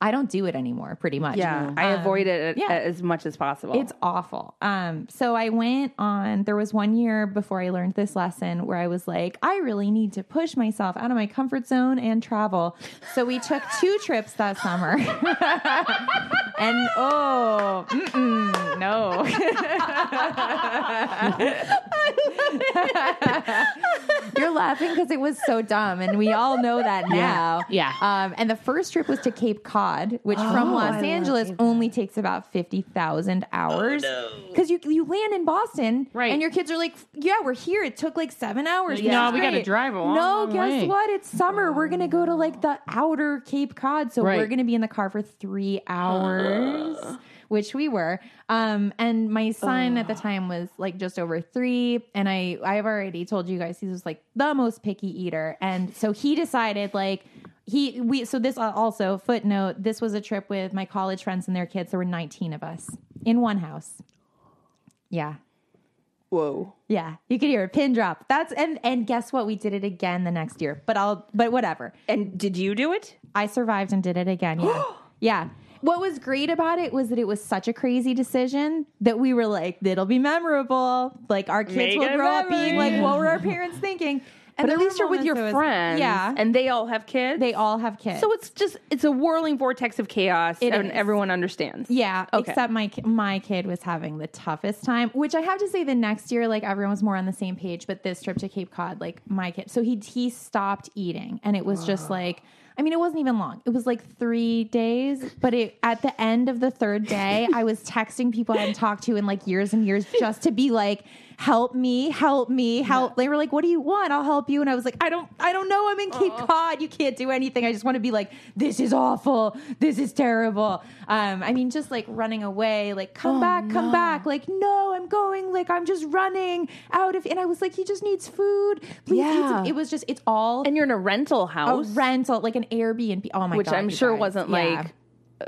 [SPEAKER 4] I don't do it anymore, pretty much.
[SPEAKER 2] Yeah, I avoid it
[SPEAKER 4] Um,
[SPEAKER 2] uh,
[SPEAKER 4] yeah.
[SPEAKER 2] as much as possible.
[SPEAKER 4] It's awful. Um, so I went on. There was one year before I learned this lesson where I was like, I really need to push myself out of my comfort zone and travel. So we took two trips that summer. and oh, mm-mm, no. You're laughing because it was so dumb, and we all know that now.
[SPEAKER 3] Yeah.
[SPEAKER 4] Um, and the first trip was to Cape Cod, which from
[SPEAKER 3] Oh,
[SPEAKER 4] Los Angeles only takes about fifty thousand hours. Because you you land in Boston,
[SPEAKER 3] Right.
[SPEAKER 4] And your kids are like, "Yeah, we're here. It took like seven hours.
[SPEAKER 3] No,
[SPEAKER 4] This is
[SPEAKER 3] we gotta
[SPEAKER 4] great."
[SPEAKER 3] drive a long,
[SPEAKER 4] No,
[SPEAKER 3] long
[SPEAKER 4] guess
[SPEAKER 3] way.
[SPEAKER 4] what? It's summer. We're gonna go to like the outer Cape Cod, so
[SPEAKER 3] Right.
[SPEAKER 4] we're gonna be in the car for three hours." Which we were, um, and my son at the time was like just over three, and I I've already told you guys he was like the most picky eater, and so he decided like he we so this uh, also footnote this was a trip with my college friends and their kids. There were nineteen of us in one house. Yeah,
[SPEAKER 2] whoa.
[SPEAKER 4] yeah, you could hear a pin drop. That's and and guess what? We did it again the next year. But I'll but whatever.
[SPEAKER 2] And did you do it?
[SPEAKER 4] I survived and did it again. Yeah. yeah. What was great about it was that it was such a crazy decision that we were like, it'll be memorable. Like our kids
[SPEAKER 2] Make
[SPEAKER 4] will
[SPEAKER 2] a
[SPEAKER 4] grow up being
[SPEAKER 2] memory.
[SPEAKER 4] like, what were our parents thinking?
[SPEAKER 2] But
[SPEAKER 4] And there
[SPEAKER 2] at
[SPEAKER 4] were
[SPEAKER 2] least you're with your
[SPEAKER 4] moments that was-
[SPEAKER 2] friends.
[SPEAKER 4] Yeah.
[SPEAKER 2] and they all have kids.
[SPEAKER 4] they all have kids.
[SPEAKER 2] So it's just it's a whirling vortex of chaos,
[SPEAKER 4] It
[SPEAKER 2] and
[SPEAKER 4] is.
[SPEAKER 2] everyone understands.
[SPEAKER 4] Yeah,
[SPEAKER 2] Okay.
[SPEAKER 4] except my ki- my kid was having the toughest time, which I have to say the next year like everyone was more on the same page, but this trip to Cape Cod like my kid. So he he stopped eating and it was just like I mean it wasn't even long. It was like 3 days, but it at the end of the third day, I was texting people I hadn't talked to in like years and years just to be like help me, help me, help. They were like, "What do you want? I'll help you." And I was like, "I don't, I don't know. I'm in Cape Cod. You can't do anything. I just want to be like, this is awful. This is terrible." Um, I mean, just like running away, like
[SPEAKER 2] Oh,
[SPEAKER 4] come back, come back. Like, no, I'm going. Like, I'm just running out of. And I was like, he just needs food. Please, eat
[SPEAKER 2] Yeah.
[SPEAKER 4] some-" it was just, it's all
[SPEAKER 2] and you're in a rental
[SPEAKER 4] a
[SPEAKER 2] house,
[SPEAKER 4] rental, like an Airbnb. Oh my
[SPEAKER 2] which
[SPEAKER 4] god,
[SPEAKER 2] I'm
[SPEAKER 4] you
[SPEAKER 2] sure
[SPEAKER 4] guys.
[SPEAKER 2] wasn't
[SPEAKER 4] Yeah.
[SPEAKER 2] like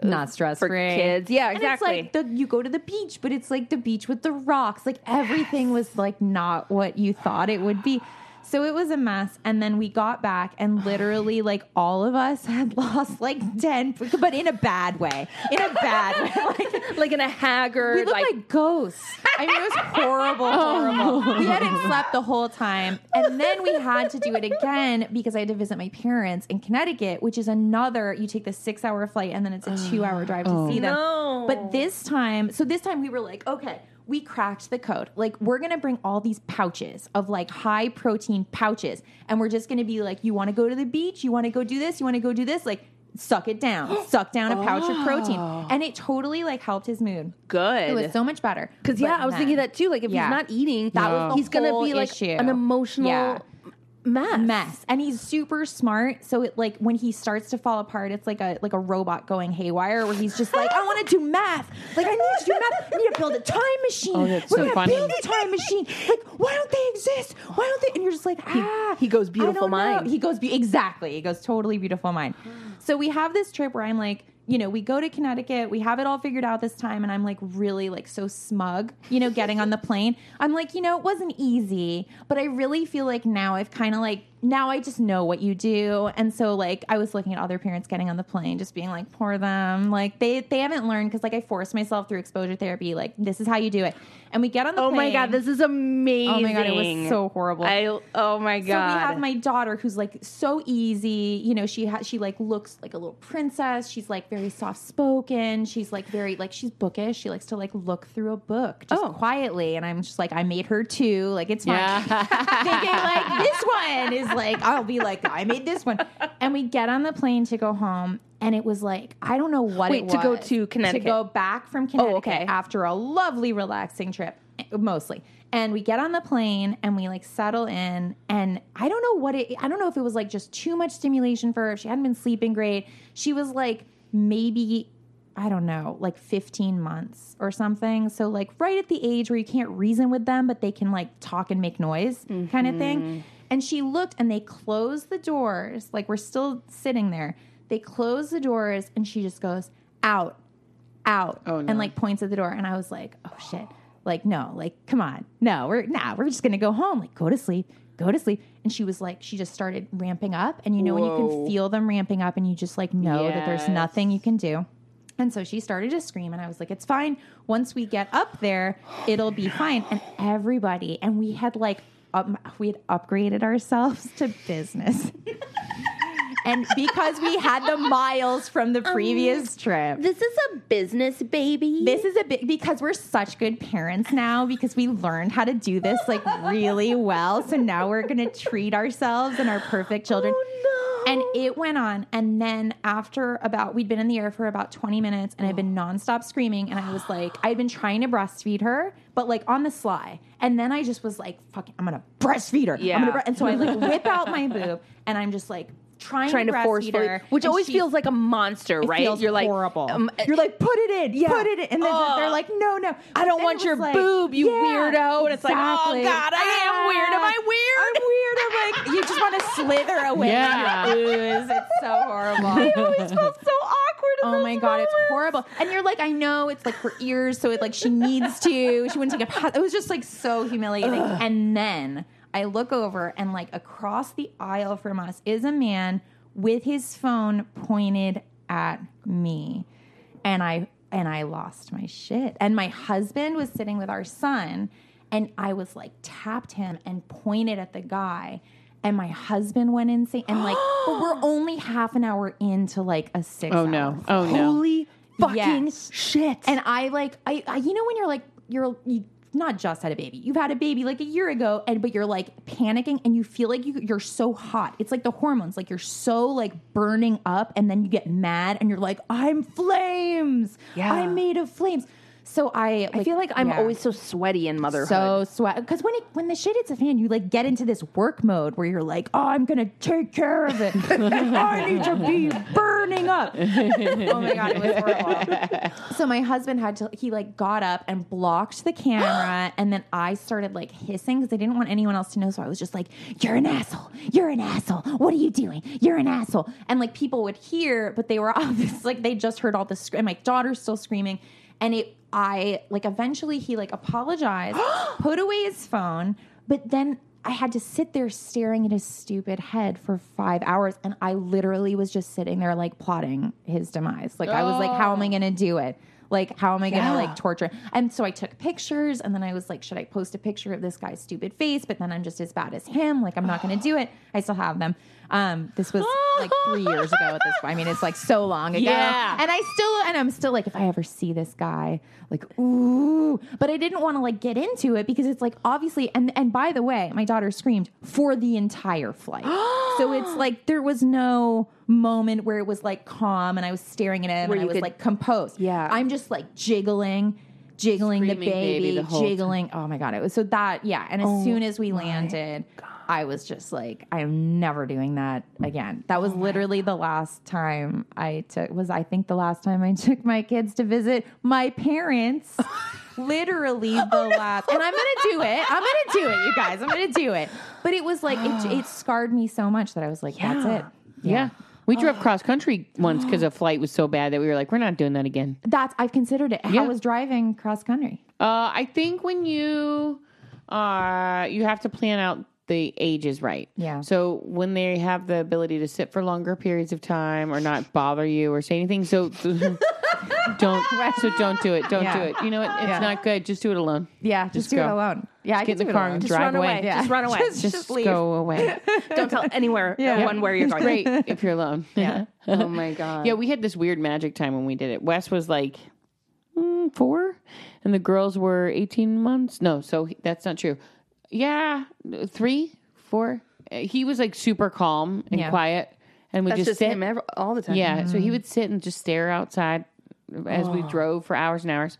[SPEAKER 4] not stress
[SPEAKER 2] for kids. Yeah, exactly.
[SPEAKER 4] and it's like the, you go to the beach, but it's like the beach with the rocks. Like everything was like not what you thought it would be. So it was a mess. And then we got back, and literally, like all of us had lost like ten, but in a bad way. In a bad way. Like,
[SPEAKER 2] like in a haggard,
[SPEAKER 4] we looked like, ghosts. Oh. I mean, it was horrible, horrible. we hadn't slept the whole time. And then we had to do it again because I had to visit my parents in Connecticut, which is another, you take the six hour flight and then it's a two hour drive to see them.
[SPEAKER 2] no.
[SPEAKER 4] But this time, so this time we were like, okay. We cracked the code. Like, we're gonna bring all these pouches of like high protein pouches, and we're just gonna be like, you wanna go to the beach? You wanna go do this? You wanna go do this? Like, suck it down, suck down a pouch of protein. And it totally like helped his mood. It was
[SPEAKER 2] good.
[SPEAKER 4] so much better.
[SPEAKER 2] Because yeah, I was thinking that too. Like if
[SPEAKER 4] Yeah.
[SPEAKER 2] he's not eating,
[SPEAKER 4] That was the
[SPEAKER 2] he's gonna
[SPEAKER 4] whole
[SPEAKER 2] be like
[SPEAKER 4] issue.
[SPEAKER 2] an emotional
[SPEAKER 4] Yeah.
[SPEAKER 2] mess.
[SPEAKER 4] mess. And he's super smart. So it like when he starts to fall apart, it's like a like a robot going haywire where he's just like, I want to do math. Like I need to do math. I need to build a time machine.
[SPEAKER 3] Oh, that's
[SPEAKER 4] We're
[SPEAKER 3] so
[SPEAKER 4] gonna
[SPEAKER 3] funny.
[SPEAKER 4] build a time machine. Like, why don't they exist? Why don't they and you're just like, ah
[SPEAKER 2] he goes
[SPEAKER 4] I
[SPEAKER 2] beautiful
[SPEAKER 4] don't know.
[SPEAKER 2] mind.
[SPEAKER 4] He goes be- exactly. He goes totally beautiful mind. So we have this trip where I'm like, you know, we go to Connecticut, we have it all figured out this time, and I'm like really like so smug, you know, getting on the plane. I'm like, you know, it wasn't easy, but I really feel like now I've kind of like now I just know what you do. And so like I was looking at other parents getting on the plane, just being like, poor them. Like they they haven't learned because like I forced myself through exposure therapy, like this is how you do it. And we get on the
[SPEAKER 2] Oh my
[SPEAKER 4] plane.
[SPEAKER 2] god, this is amazing.
[SPEAKER 4] Oh my god, it was so horrible.
[SPEAKER 2] I oh my
[SPEAKER 4] so we
[SPEAKER 2] god.
[SPEAKER 4] have my daughter who's like so easy. You know, she ha- she like looks like a little princess. She's like very soft spoken. She's like very like she's bookish. She likes to like look through a book just
[SPEAKER 2] Oh.
[SPEAKER 4] quietly. And I'm just like I made her too. Like it's fine. Thinking like this one is like I'll be like I made this one. And we get on the plane to go home. And it was like I don't know what
[SPEAKER 2] Wait,
[SPEAKER 4] it
[SPEAKER 2] to go
[SPEAKER 4] was.
[SPEAKER 2] to Connecticut.
[SPEAKER 4] to go back from Connecticut
[SPEAKER 2] okay.
[SPEAKER 4] after a lovely relaxing trip mostly and we get on the plane and we like settle in and i don't know what it i don't know if it was like just too much stimulation for her if she hadn't been sleeping great she was like maybe i don't know like 15 months or something so like right at the age where you can't reason with them but they can like talk and make noise kind of thing and she looked and they closed the doors like we're still sitting there they closed the doors and she just goes out out and like points at the door and i was like oh shit like no like come on no we're nah we're just gonna go home like go to sleep go to sleep and she was like she just started ramping up and you know when you can feel them ramping up and you just like know that there's nothing you can do and so she started to scream and i was like it's fine once we get up there it'll be fine and everybody and we had like um, we had upgraded ourselves to business and because we had the miles from the previous trip
[SPEAKER 2] this is a business baby.
[SPEAKER 4] this is a big because we're such good parents now because we learned how to do this like really well. So now we're gonna treat ourselves and our perfect children.
[SPEAKER 2] Oh,
[SPEAKER 4] And it went on. And then after about, we'd been in the air for about 20 minutes and I'd been nonstop screaming. And I was like, I'd been trying to breastfeed her, but like on the sly. And then I just was like, fucking, I'm gonna breastfeed her. I'm
[SPEAKER 2] Yeah.
[SPEAKER 4] gonna bre-" And so I like whip out my boob and I'm just like trying,
[SPEAKER 2] trying to
[SPEAKER 4] breastfeed
[SPEAKER 2] forcefully,
[SPEAKER 4] her.
[SPEAKER 2] which
[SPEAKER 4] And
[SPEAKER 2] always
[SPEAKER 4] she-
[SPEAKER 2] feels like a monster,
[SPEAKER 4] it
[SPEAKER 2] right?
[SPEAKER 4] feels
[SPEAKER 2] You're like
[SPEAKER 4] horrible.
[SPEAKER 2] um,
[SPEAKER 4] You're like, put it in,
[SPEAKER 2] Yeah.
[SPEAKER 4] put it in, and then
[SPEAKER 2] Ugh.
[SPEAKER 4] they're like, no, no,
[SPEAKER 2] I don't want your boob, you weirdo. And it's like, oh, God, I am weird. Am I
[SPEAKER 4] Ah, weird? I'm weird. I'm like, you just want to slither away
[SPEAKER 3] Yeah.
[SPEAKER 4] from your ooze. It's so horrible.
[SPEAKER 2] always felt so awkward.
[SPEAKER 4] Oh my god, it's horrible. And you're like, I know it's like her ears, so it like she needs to. She wouldn't take a bath. It was just like so humiliating. And then I look over and like across the aisle from us is a man with his phone pointed at me. And I and I lost my shit. And my husband was sitting with our son and I was like tapped him and pointed at the guy. And my husband went insane. And like, but we're only half an hour into like a six.
[SPEAKER 3] Oh no.
[SPEAKER 4] hour
[SPEAKER 3] Oh no.
[SPEAKER 2] Holy fucking
[SPEAKER 4] Yes.
[SPEAKER 2] shit.
[SPEAKER 4] and I like I, I you know when you're like you're you not just had a baby. You've had a baby like a year ago and but you're like panicking and you feel like you you're so hot. It's like the hormones like you're so like burning up and then you get mad and you're like I'm flames.
[SPEAKER 2] Yeah.
[SPEAKER 4] I'm made of flames. So I
[SPEAKER 2] I feel like I'm
[SPEAKER 4] yeah.
[SPEAKER 2] always so sweaty in motherhood.
[SPEAKER 4] So sweat because when it when the shit hits a fan, you like get into this work mode where you're like, oh, I'm gonna take care of it. I need to be burning up. oh my god, it was horrible. So my husband had to he like got up and blocked the camera, and then I started like hissing because I didn't want anyone else to know. So I was just like, you're an asshole. You're an asshole. What are you doing? You're an asshole. And like people would hear, but they were obvious like they just heard all the scream. My daughter's still screaming and it i like eventually he like apologized put away his phone but then i had to sit there staring at his stupid head for five hours and i literally was just sitting there like plotting his demise like i was like how am i gonna do it like how am i gonna like torture and so i took pictures and then i was like should i post a picture of this guy's stupid face but then i'm just as bad as him like i'm not gonna do it i still have them um this was like three years ago at this point i mean it's like so long ago
[SPEAKER 3] Yeah.
[SPEAKER 4] and I still and I'm still like, if I ever see this guy, like, ooh. But I didn't want to like get into it because it's like obviously and and by the way, my daughter screamed for the entire flight. so it's like there was no moment where it was like calm and I was staring at him
[SPEAKER 2] Where
[SPEAKER 4] and I
[SPEAKER 2] you
[SPEAKER 4] was
[SPEAKER 2] could-
[SPEAKER 4] like composed.
[SPEAKER 2] Yeah.
[SPEAKER 4] I'm just like jiggling. Jiggling
[SPEAKER 3] Screaming
[SPEAKER 4] the baby,
[SPEAKER 3] baby the whole time. Oh
[SPEAKER 4] jiggling. Oh my god! It was so that yeah. And as soon as we landed, I was just like, I am never doing that again. That
[SPEAKER 3] Oh
[SPEAKER 4] was literally the last time I took was I think the last time I took my kids to visit my parents. literally
[SPEAKER 3] Oh,
[SPEAKER 4] the last and I'm gonna do it. I'm gonna do it, you guys. I'm gonna do it. But it was like it, it scarred me so much that I was like, that's it.
[SPEAKER 3] Yeah. We drove cross country once because a flight was so bad that we were like, we're not doing that again.
[SPEAKER 4] That's I've considered it. I was driving cross country.
[SPEAKER 3] Uh, I think when you uh, you have to plan out the age is right.
[SPEAKER 4] Yeah.
[SPEAKER 3] So when they have the ability to sit for longer periods of time or not bother you or say anything, so don't so don't do it. Don't
[SPEAKER 4] Yeah.
[SPEAKER 3] do it. You know what? It's
[SPEAKER 4] Yeah.
[SPEAKER 3] not good. Just do it alone.
[SPEAKER 4] Yeah, just, do it
[SPEAKER 3] go.
[SPEAKER 4] alone. Yeah,
[SPEAKER 3] Get
[SPEAKER 4] I can
[SPEAKER 3] in
[SPEAKER 4] do
[SPEAKER 3] the
[SPEAKER 4] it
[SPEAKER 3] car
[SPEAKER 4] alone.
[SPEAKER 3] and
[SPEAKER 4] Just
[SPEAKER 3] drive
[SPEAKER 4] run
[SPEAKER 3] away.
[SPEAKER 4] away. Yeah.
[SPEAKER 2] Just run away. Just,
[SPEAKER 3] Just, go away.
[SPEAKER 2] Don't tell anywhere one where you're
[SPEAKER 3] it's
[SPEAKER 2] going.
[SPEAKER 3] great if you're alone.
[SPEAKER 4] Yeah.
[SPEAKER 2] Oh my god.
[SPEAKER 3] Yeah, we had this weird magic time when we did it. Wes was like mm, four, and the girls were eighteen months. No, so he- that's not true. Yeah, three, four. Uh, He was like super calm and
[SPEAKER 4] Yeah.
[SPEAKER 3] quiet, and would
[SPEAKER 2] That's
[SPEAKER 3] just,
[SPEAKER 2] just
[SPEAKER 3] sit.
[SPEAKER 2] him ever, all the time.
[SPEAKER 3] Yeah, so he would sit and just stare outside as we drove for hours and hours.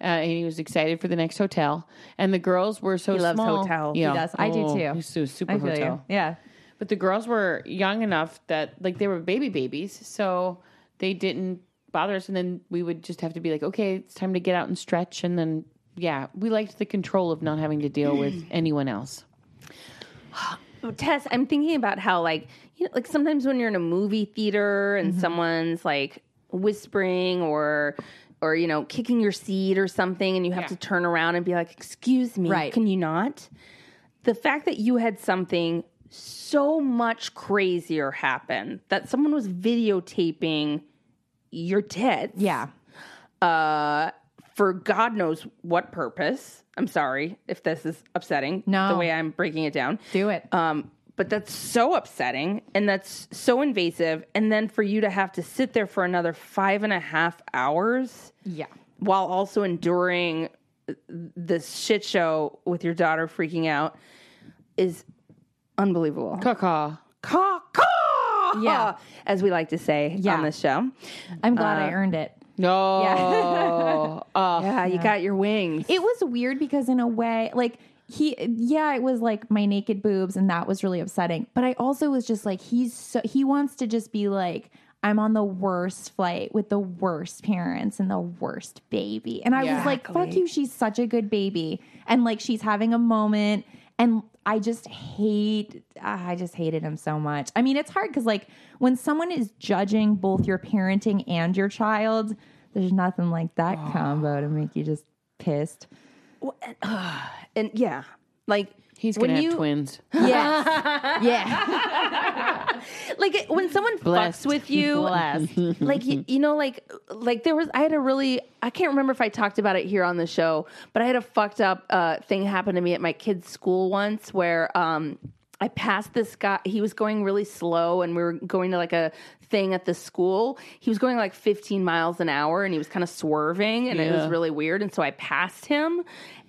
[SPEAKER 3] Uh, and he was excited for the next hotel. And the girls were so
[SPEAKER 2] He loves
[SPEAKER 3] small.
[SPEAKER 2] hotel. He
[SPEAKER 3] Yeah.
[SPEAKER 4] does. I do
[SPEAKER 3] Oh,
[SPEAKER 4] too.
[SPEAKER 3] He's so super
[SPEAKER 4] I feel
[SPEAKER 3] hotel.
[SPEAKER 4] you. Yeah.
[SPEAKER 3] But the girls were young enough that like they were baby babies, so they didn't bother us. And then we would just have to be like, okay, it's time to get out and stretch. And then yeah, we liked the control of not having to deal with anyone else.
[SPEAKER 2] Tess, I'm thinking about how like you know, like sometimes when you're in a movie theater
[SPEAKER 4] Mm-hmm.
[SPEAKER 2] and someone's like whispering or or you know kicking your seat or something, and you have to turn around and be like, "Excuse me,
[SPEAKER 4] Right.
[SPEAKER 2] can you not?" The fact that you had something so much crazier happen that someone was videotaping your tits,
[SPEAKER 4] Yeah.
[SPEAKER 2] uh, for God knows what purpose. I'm sorry if this is upsetting.
[SPEAKER 4] No.
[SPEAKER 2] the way I'm breaking it down.
[SPEAKER 4] Do it.
[SPEAKER 2] Um, but that's so upsetting and that's so invasive. And then for you to have to sit there for another five and a half hours
[SPEAKER 4] yeah.
[SPEAKER 2] while also enduring this shit show with your daughter freaking out is unbelievable.
[SPEAKER 3] Caw-caw.
[SPEAKER 2] Caw, caw,
[SPEAKER 4] Yeah.
[SPEAKER 2] as we like to say
[SPEAKER 4] Yeah.
[SPEAKER 2] on this show.
[SPEAKER 4] I'm glad I earned it.
[SPEAKER 3] No.
[SPEAKER 2] Yeah, you got your wings.
[SPEAKER 4] It was weird because in a way, like he yeah, it was like my naked boobs and that was really upsetting. But I also was just like he's so he wants to just be like I'm on the worst flight with the worst parents and the worst baby. And I was like, fuck you, she's such a good baby. And like she's having a moment and I just hate ah, I just hated him so much. I mean, it's hard cuz like when someone is judging both your parenting and your child, there's nothing like that combo to make you just pissed.
[SPEAKER 2] and yeah, like
[SPEAKER 3] He's
[SPEAKER 2] when
[SPEAKER 3] gonna have
[SPEAKER 2] you
[SPEAKER 3] twins.
[SPEAKER 4] Yes. yeah.
[SPEAKER 2] like it- when someone
[SPEAKER 3] Blessed.
[SPEAKER 2] fucks with you, like you, you know, like like there was I had a really I can't remember if I talked about it here on the show, but I had a fucked up uh, thing happen to me at my kid's school once where um, I passed this guy. He was going really slow, and we were going to like a thing at the school. He was going like 15 miles an hour, and he was kind of swerving, and it was really weird. And so I passed him,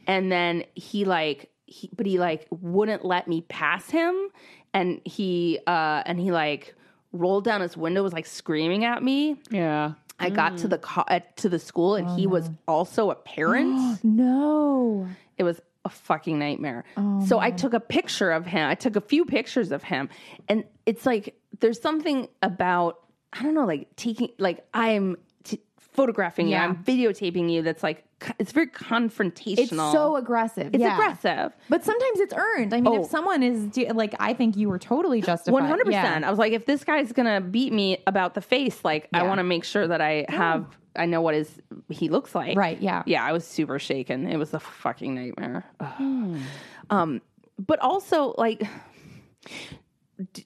[SPEAKER 2] and then he like he, but he like wouldn't let me pass him and he uh and he like rolled down his window was like screaming at me
[SPEAKER 3] Yeah.
[SPEAKER 2] i got to the co- uh, to the school and he
[SPEAKER 4] Oh,
[SPEAKER 2] was also a parent
[SPEAKER 4] No.
[SPEAKER 2] it was a fucking nightmare
[SPEAKER 4] Oh,
[SPEAKER 2] so i took a picture of him i took a few pictures of him and it's like there's something about i don't know like taking like i'm t- photographing
[SPEAKER 4] Yeah.
[SPEAKER 2] you i'm videotaping you that's like co- it's very confrontational
[SPEAKER 4] It's so aggressive.
[SPEAKER 2] it's
[SPEAKER 4] yeah.
[SPEAKER 2] aggressive
[SPEAKER 4] But sometimes it's earned. I mean,
[SPEAKER 2] Oh.
[SPEAKER 4] if someone is do- like, I think you were totally justified.
[SPEAKER 2] One hundred percent.
[SPEAKER 4] Yeah.
[SPEAKER 2] I was like, if this guy's gonna beat me about the face, like I
[SPEAKER 4] Yeah.
[SPEAKER 2] want to make sure that I have, I know what is he looks like.
[SPEAKER 4] Right, yeah.
[SPEAKER 2] Yeah. I was super shaken. It was a fucking nightmare. Ugh.
[SPEAKER 4] Hmm.
[SPEAKER 2] Um, but also like, d-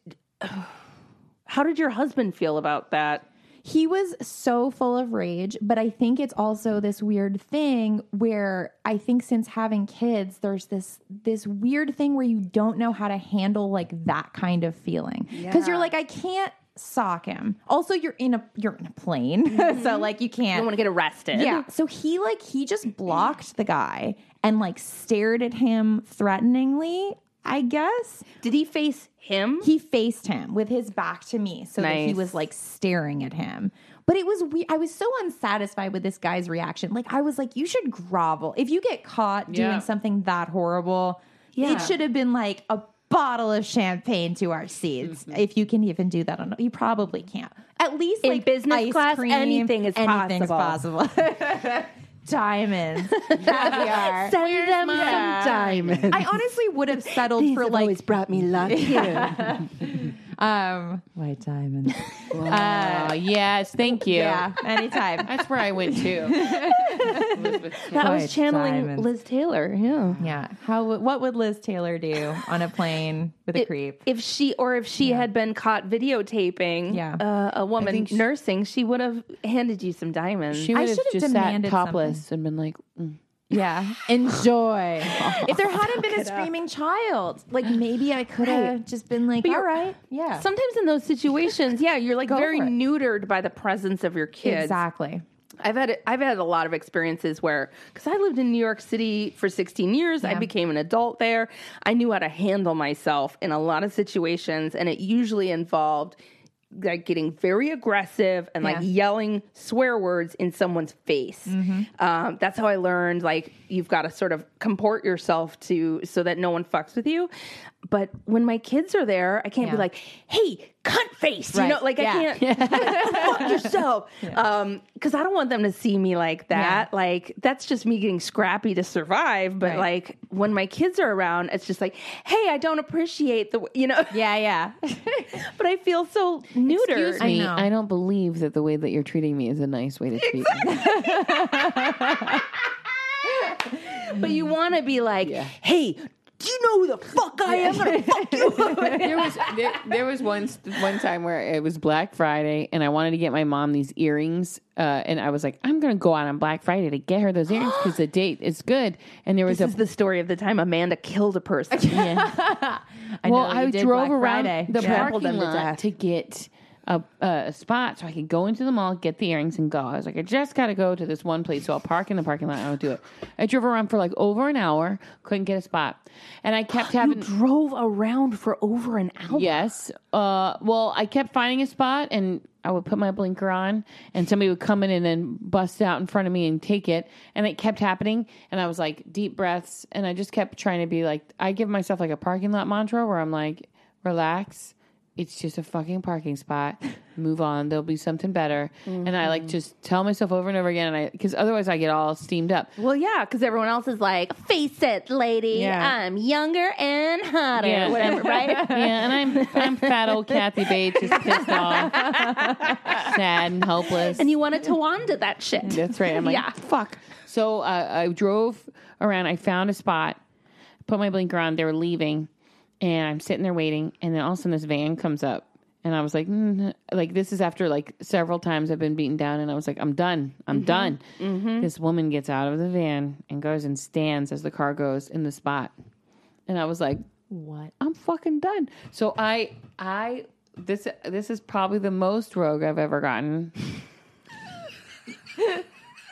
[SPEAKER 2] how did your husband feel about that?
[SPEAKER 4] He was so full of rage, but I think it's also this weird thing where I think since having kids, there's this this weird thing where you don't know how to handle like that kind of feeling because you're like, I can't sock him. Also, you're in a you're in a plane, so like you
[SPEAKER 2] I
[SPEAKER 4] can't.
[SPEAKER 2] don't want to get arrested.
[SPEAKER 4] Yeah. So he like he just blocked the guy and like stared at him threateningly, I guess.
[SPEAKER 2] Did he face him?
[SPEAKER 4] He faced him with his back to me so that he
[SPEAKER 2] Nice.
[SPEAKER 4] was like staring at him. But it was we I was so unsatisfied with this guy's reaction. Like I was like you should grovel. If you get caught
[SPEAKER 3] Yeah.
[SPEAKER 4] doing something that horrible,
[SPEAKER 2] Yeah.
[SPEAKER 4] it should have been like a bottle of champagne to our seats if you can even do that on you probably can't at least
[SPEAKER 2] Mm-hmm. In
[SPEAKER 4] like
[SPEAKER 2] business
[SPEAKER 4] ice
[SPEAKER 2] class,
[SPEAKER 4] cream,
[SPEAKER 2] anything is
[SPEAKER 4] anything's possible, diamonds caviar
[SPEAKER 2] Send them some diamonds.
[SPEAKER 4] I honestly would have settled for like
[SPEAKER 2] brought me luck. Yeah.
[SPEAKER 4] um white diamonds.
[SPEAKER 3] Uh, yes. Thank you.
[SPEAKER 4] Yeah, anytime.
[SPEAKER 3] That's where I went to.
[SPEAKER 2] That was
[SPEAKER 4] Quiet
[SPEAKER 2] channeling
[SPEAKER 4] silence.
[SPEAKER 2] Liz Taylor. Yeah.
[SPEAKER 4] Yeah. How? would- What would Liz Taylor do on a plane with a creep?
[SPEAKER 2] If she or if she had been caught videotaping
[SPEAKER 4] Yeah.
[SPEAKER 2] uh, a woman
[SPEAKER 3] think she-
[SPEAKER 2] nursing, she would have handed you some diamonds.
[SPEAKER 3] She
[SPEAKER 4] I
[SPEAKER 3] would have
[SPEAKER 4] should have
[SPEAKER 3] just sat
[SPEAKER 4] demanded
[SPEAKER 3] topless and been like, mm.
[SPEAKER 4] Yeah. Enjoy. if there hadn't been a screaming child, like maybe I could have just been like, all
[SPEAKER 2] you're-
[SPEAKER 4] right, yeah,
[SPEAKER 2] Sometimes in those situations, yeah, you're like very
[SPEAKER 4] for it.
[SPEAKER 2] neutered by the presence of your kids.
[SPEAKER 4] exactly.
[SPEAKER 2] I've had I've had a lot of experiences where because I lived in New York City for 16 years, I became an adult there. I knew how to handle myself in a lot of situations, and it usually involved like getting very aggressive and like
[SPEAKER 4] Yeah. Mm-hmm.
[SPEAKER 2] yelling swear words in someone's face. Um, that's how I learned like you've got to sort of comport yourself to so that no one fucks with you. But when my kids are there, I can't be
[SPEAKER 4] Yeah.
[SPEAKER 2] like, "Hey, cunt face," you know,
[SPEAKER 4] Right.
[SPEAKER 2] like I
[SPEAKER 4] Yeah.
[SPEAKER 2] can't fuck yourself. Um, because I don't want them to see me like that. Like that's just me getting scrappy to survive. But
[SPEAKER 4] Right.
[SPEAKER 2] like when my kids are around, it's just like, hey, I don't appreciate the, w-" you know.
[SPEAKER 4] Yeah, yeah.
[SPEAKER 2] but I feel so neutered.
[SPEAKER 3] "Excuse me,
[SPEAKER 4] know.
[SPEAKER 3] I, don't believe that the way that you're treating me is a nice way to treat me.
[SPEAKER 2] But you want to be like, hey. Do you know who the fuck I am? I'm gonna fuck you.
[SPEAKER 3] there was there, there was once one time where it was Black Friday and I wanted to get my mom these earrings uh, and I was like I'm gonna go out on Black Friday to get her those earrings because the date is good and there was
[SPEAKER 2] this
[SPEAKER 3] a
[SPEAKER 2] is the story of the time Amanda killed a person.
[SPEAKER 4] I
[SPEAKER 3] well
[SPEAKER 4] know you
[SPEAKER 3] I
[SPEAKER 4] did
[SPEAKER 3] drove
[SPEAKER 4] Black
[SPEAKER 3] around
[SPEAKER 4] Friday.
[SPEAKER 3] the parking
[SPEAKER 2] Yeah. Trampled them to
[SPEAKER 3] lot
[SPEAKER 2] death.
[SPEAKER 3] to get a, a spot so I could go into the mall get the earrings and go I was like I just gotta go to this one place so I'll park in the parking lot and I'll do it I drove around for like over an hour couldn't get a spot and I kept
[SPEAKER 2] You
[SPEAKER 3] having
[SPEAKER 2] drove around for over an hour.
[SPEAKER 3] Yes. Uh, well, I kept finding a spot and I would put my blinker on and somebody would come in and then bust out in front of me and take it. And it kept happening. And I was like, deep breaths. And I just kept trying to be like, I give myself like a parking lot mantra where I'm like, relax. It's just a fucking parking spot. Move on. There'll be something better. And I like just tell myself over and over again. And I, cause otherwise I get all steamed up.
[SPEAKER 2] Well, yeah, because everyone else is like, face it, lady,
[SPEAKER 3] Yeah.
[SPEAKER 2] I'm younger and hotter,
[SPEAKER 3] Yeah.
[SPEAKER 2] whatever, right?
[SPEAKER 3] Yeah, and I'm I'm fat old Kathy Bates, just pissed off, sad and hopeless.
[SPEAKER 2] and you wanted to wander that shit.
[SPEAKER 3] That's right. I'm like,
[SPEAKER 2] Yeah.
[SPEAKER 3] fuck. So uh, I drove around. I found a spot, put my blinker on. They were leaving, and I'm sitting there waiting. And then all of a sudden, this van comes up, and I was like, mm, like this is after like several times I've been beaten down, and I was like, I'm done. I'm done. This woman gets out of the van and goes and stands as the car goes in the spot, and I was like, what? I'm fucking done. So I I. This this is probably the most rogue I've ever gotten.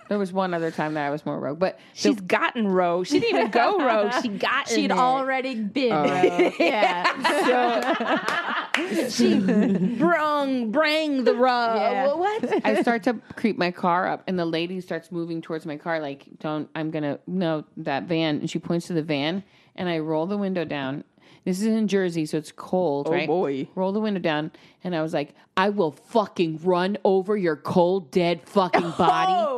[SPEAKER 3] There was one other time that I was more rogue, but the-
[SPEAKER 2] She's gotten rogue. She didn't even go rogue. She got.
[SPEAKER 4] She'd
[SPEAKER 2] it.
[SPEAKER 4] already been. rogue. Yeah.
[SPEAKER 2] She brung brang the rogue.
[SPEAKER 4] Yeah.
[SPEAKER 2] What?
[SPEAKER 3] I start to creep my car up, and the lady starts moving towards my car, like, don't, I'm gonna, no, that van. And she points to the van, and I roll the window down. This is in Jersey, so it's cold, right?
[SPEAKER 2] boy.
[SPEAKER 3] Roll the window down, and I was like, I will fucking run over your cold, dead fucking body.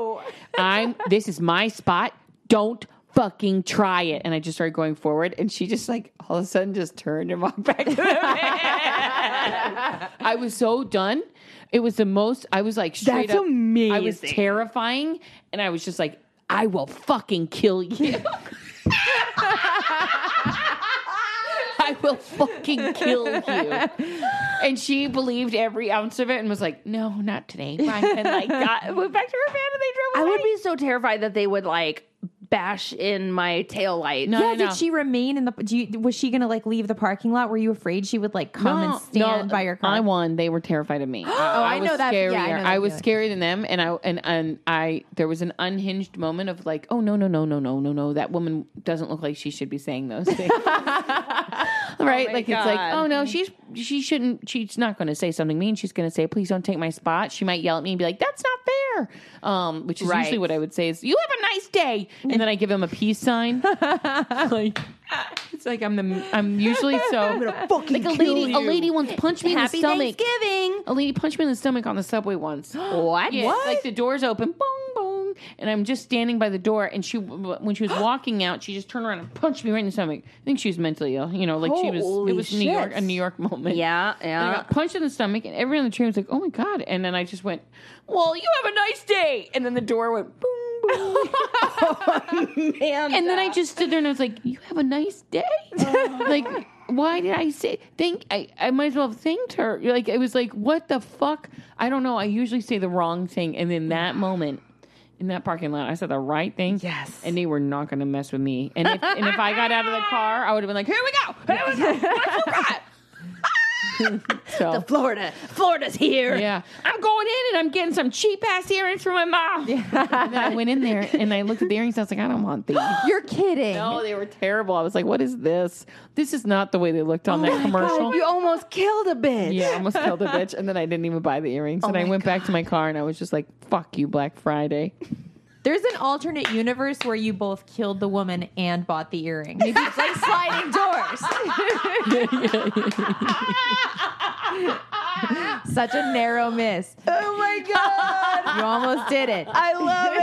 [SPEAKER 3] I'm, this is my spot. Don't fucking try it. And I just started going forward, and she just, like, all of a sudden just turned and walked back to the I was so done. It was the most. I was like straight
[SPEAKER 2] That's
[SPEAKER 3] up. I was
[SPEAKER 2] amazing.
[SPEAKER 3] terrifying, and I was just like, I will fucking kill you. I will fucking kill you. And she believed every ounce of it and was like, No, not today. Fine. And like got, went back to her van and they
[SPEAKER 2] I
[SPEAKER 3] drove away.
[SPEAKER 2] would be so terrified that they would like bash in my taillight.
[SPEAKER 3] No,
[SPEAKER 4] Yeah,
[SPEAKER 3] no, no.
[SPEAKER 4] did she remain in the? Do you, was she gonna like leave the parking lot? Were you afraid she would like come and stand by your car?
[SPEAKER 3] I won. They were terrified of me. oh,
[SPEAKER 4] I know that- yeah, I know that
[SPEAKER 3] I was
[SPEAKER 4] feeling.
[SPEAKER 3] scarier than them, and I and and I. There was an unhinged moment of like, oh no, no, no, no, no, no, no. That woman doesn't look like she should be saying those things. right? like it's like,
[SPEAKER 2] God.
[SPEAKER 3] oh no, she's she shouldn't. She's not going to say something mean. She's going to say, please don't take my spot. She might yell at me and be like, that's not fair. Um, which is
[SPEAKER 2] Right.
[SPEAKER 3] usually what I would say is, you have a nice day, and then I give him a peace sign. like. It's like I'm the I'm usually so like a lady a lady once punched me
[SPEAKER 2] Happy
[SPEAKER 3] in the stomach.
[SPEAKER 2] Thanksgiving.
[SPEAKER 3] A lady punched me in the stomach on the subway once.
[SPEAKER 2] What?
[SPEAKER 3] Yeah, Like the door's open, boom, boom, and I'm just standing by the door. And she, when she was walking out, she just turned around and punched me right in the stomach. I think she was mentally ill. You know, like she was.
[SPEAKER 2] Holy
[SPEAKER 3] It was New York, a
[SPEAKER 2] shit.
[SPEAKER 3] New York moment.
[SPEAKER 2] Yeah,
[SPEAKER 3] And I
[SPEAKER 2] yeah.
[SPEAKER 3] got punched in the stomach, and everyone on the train was like, "Oh my god!" And then I just went, "Well, you have a nice day." And then the door went boom, boom,
[SPEAKER 2] man.
[SPEAKER 3] And then I just stood there and I was like, "You have a nice day." like, why did I say thank? I I might as well have thanked her. Like, it was like, what the fuck? I don't know. I usually say the wrong thing, and in that moment. In that parking lot, I said the right thing.
[SPEAKER 2] Yes.
[SPEAKER 3] and they were not going to mess with me. And if, and if I got out of the car, I would have been like, "Here we go, here we go." What you got? so
[SPEAKER 2] Florida, Florida's here.
[SPEAKER 3] yeah, I'm going in and I'm getting some cheap ass earrings for my mom. and then I went in there and I looked at the earrings. I was like, I don't want these.
[SPEAKER 4] You're kidding.
[SPEAKER 3] No, they were terrible. I was like, what is this? This is not the way they looked on that commercial.
[SPEAKER 2] You almost killed a bitch.
[SPEAKER 3] yeah, I almost killed a bitch. And then I didn't even buy the earrings. and I went back to my car and I was just like, fuck you, Black Friday.
[SPEAKER 4] There's an alternate universe where you both killed the woman and bought the earring. It's like sliding doors. Such a narrow miss.
[SPEAKER 2] Oh my god.
[SPEAKER 4] You almost did it.
[SPEAKER 2] I love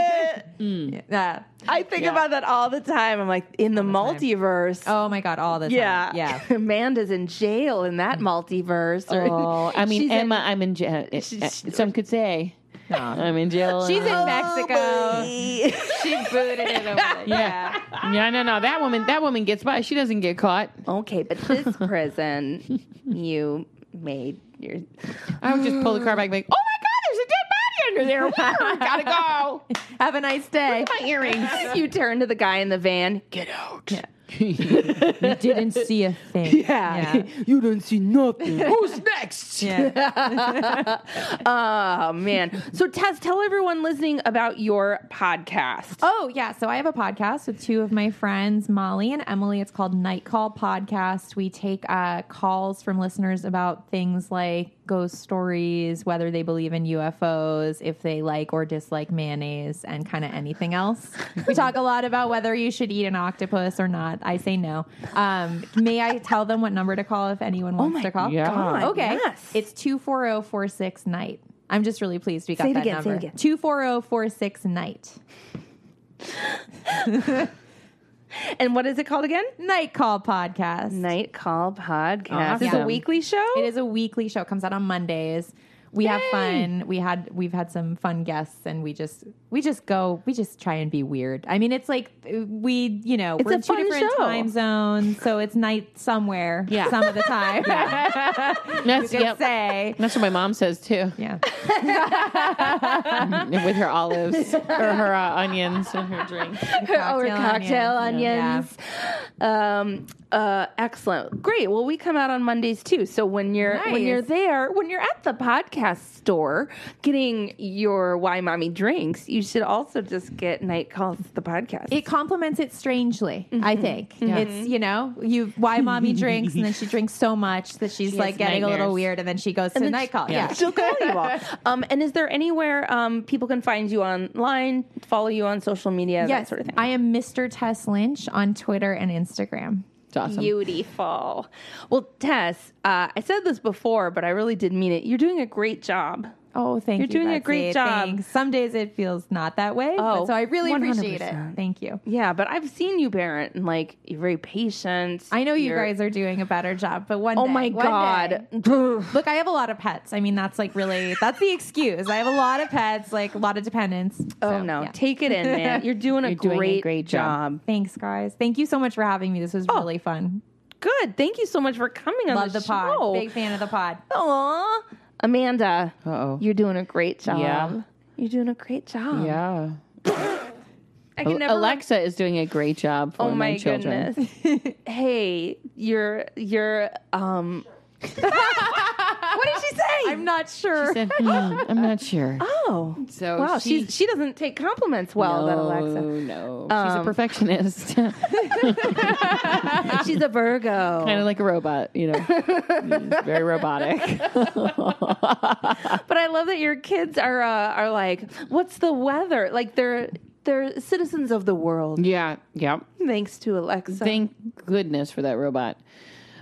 [SPEAKER 2] it.
[SPEAKER 4] Yeah.
[SPEAKER 2] I think about that all the time. I'm like, in the, multiverse.
[SPEAKER 4] oh my god, all the time.
[SPEAKER 2] Yeah.
[SPEAKER 4] Yeah.
[SPEAKER 2] Amanda's in jail in that multiverse. Or
[SPEAKER 3] Oh, I mean,
[SPEAKER 2] She's in-
[SPEAKER 3] Emma, I'm in jail. Eh, Some could say. I'm in jail.
[SPEAKER 4] She's in Mexico.
[SPEAKER 2] Hey.
[SPEAKER 4] She booted it over.
[SPEAKER 3] Yeah. yeah, no, no. That woman, that woman gets by. She doesn't get caught.
[SPEAKER 2] okay, but this prison you made your oh
[SPEAKER 3] I would just pull the car back, and be like, oh my god, there's a dead body under there. Woo, gotta go.
[SPEAKER 4] Have a nice day.
[SPEAKER 3] My earrings.
[SPEAKER 2] you turn to the guy in the van, get out.
[SPEAKER 4] You didn't see a thing. Yeah.
[SPEAKER 3] "Oh." you don't see nothing. Who's next?
[SPEAKER 4] Yeah.
[SPEAKER 2] Oh man. So Tess, tell everyone listening about your podcast.
[SPEAKER 4] Oh, yeah. So I have a podcast with two of my friends, Molly and Emily. It's called Night Call Podcast. We take uh, calls from listeners about things like ghost stories, whether they believe in UFOs, if they like or dislike mayonnaise, and kind of anything else. we talk a lot about whether you should eat an octopus or not. I say no. Um, may I tell them what number to call if anyone wants
[SPEAKER 2] Oh my
[SPEAKER 4] to call? Oh,
[SPEAKER 3] Yeah.
[SPEAKER 2] God,
[SPEAKER 4] Okay.
[SPEAKER 2] yes.
[SPEAKER 4] It's 24046 night. I'm just really pleased we got
[SPEAKER 2] Say it
[SPEAKER 4] that
[SPEAKER 2] again, say it
[SPEAKER 4] number.
[SPEAKER 2] again.
[SPEAKER 4] 24046 night. Oh.
[SPEAKER 2] And what is it called again?
[SPEAKER 4] Night Call podcast.
[SPEAKER 2] Night Call Podcast. Is it a
[SPEAKER 3] Awesome.
[SPEAKER 2] weekly show?
[SPEAKER 4] It is a weekly show. It comes out on Mondays. We have fun. We had we've had some fun guests, and we just we just go. We just try and be weird. I mean, it's like uh, we you know we're
[SPEAKER 2] a
[SPEAKER 4] in two
[SPEAKER 2] fun
[SPEAKER 4] different
[SPEAKER 2] show.
[SPEAKER 4] time zones, so it's night somewhere.
[SPEAKER 3] Yeah.
[SPEAKER 4] some of the time.
[SPEAKER 3] That's,
[SPEAKER 4] you could
[SPEAKER 3] yep.
[SPEAKER 4] say.
[SPEAKER 3] That's what my mom says too,
[SPEAKER 4] Yeah.
[SPEAKER 3] with her olives or her uh, onions and her drink.
[SPEAKER 2] or cocktail onions. Um, uh, excellent, great. Well, we come out on Mondays too. So when you're when
[SPEAKER 4] Nice.
[SPEAKER 2] you're there, when you're at the podcast store getting your Why Mommy drinks, you should also just get Night Calls the podcast.
[SPEAKER 4] It complements it strangely, I think. It's you know, you why mommy drinks and then she drinks so much that she's
[SPEAKER 3] has
[SPEAKER 4] like getting a little
[SPEAKER 3] nightmares.
[SPEAKER 4] weird and then she goes to night call. Yeah.
[SPEAKER 2] She'll call you all. Um, and is there anywhere um, people can find you online, follow you on social media, that sort of thing?
[SPEAKER 4] I am Mr. Tess Lynch on Twitter and Instagram.
[SPEAKER 3] It's awesome.
[SPEAKER 2] Beautiful. Well, Tess, uh, I said this before, but I really did mean it. You're doing a great job.
[SPEAKER 4] Oh, thank
[SPEAKER 2] You're
[SPEAKER 4] you.
[SPEAKER 2] doing a
[SPEAKER 4] Betsy.
[SPEAKER 2] great job.
[SPEAKER 4] Thanks. Some days it feels not that way. but-
[SPEAKER 2] Oh,
[SPEAKER 4] so I really appreciate it.
[SPEAKER 2] 100%.
[SPEAKER 4] Thank you.
[SPEAKER 2] Yeah, but I've seen you parent, and like you're very patient.
[SPEAKER 4] I know you
[SPEAKER 2] You're-
[SPEAKER 4] guys are doing a better job, but one
[SPEAKER 2] Oh
[SPEAKER 4] day-
[SPEAKER 2] my
[SPEAKER 4] one day.
[SPEAKER 2] god! Oh,
[SPEAKER 4] Look, I have a lot of pets. I mean, that's like really that's the excuse. I have a lot of pets, like a lot of dependents.
[SPEAKER 2] oh
[SPEAKER 4] So,
[SPEAKER 2] no,
[SPEAKER 4] yeah.
[SPEAKER 2] take it in, man. You're doing a,
[SPEAKER 3] You're
[SPEAKER 2] great,
[SPEAKER 3] doing a great
[SPEAKER 2] job.
[SPEAKER 3] job.
[SPEAKER 4] Thanks, guys. Thank you so much for having me. This was really fun.
[SPEAKER 2] Good. Thank you so much for coming Oh, on
[SPEAKER 4] Love the, pod.
[SPEAKER 2] show.
[SPEAKER 4] Big fan of the pod.
[SPEAKER 2] Aw, Amanda,
[SPEAKER 3] Uh-oh.
[SPEAKER 2] you're doing a great job.
[SPEAKER 3] Yeah.
[SPEAKER 2] You're doing a great job.
[SPEAKER 3] Yeah.
[SPEAKER 2] I can never.
[SPEAKER 3] Alexa is doing a great job for
[SPEAKER 2] oh my,
[SPEAKER 3] my, children.
[SPEAKER 2] goodness. hey, you're you're um. what did she say?
[SPEAKER 4] I'm not sure.
[SPEAKER 3] Said, "Hmm, I'm not sure.
[SPEAKER 2] oh,
[SPEAKER 3] So
[SPEAKER 2] wow.
[SPEAKER 3] she- Oh,
[SPEAKER 2] She she doesn't take compliments well. That Alexa. Um,
[SPEAKER 3] no. She's a perfectionist. kind
[SPEAKER 2] She's a Virgo.
[SPEAKER 3] of like a robot, you know. Mm, Very robotic.
[SPEAKER 2] But I love that your kids are uh, are like, what's the weather? Like they're they're citizens of the world.
[SPEAKER 3] Yeah. Yep.
[SPEAKER 2] Thanks to Alexa.
[SPEAKER 3] Thank goodness for that robot.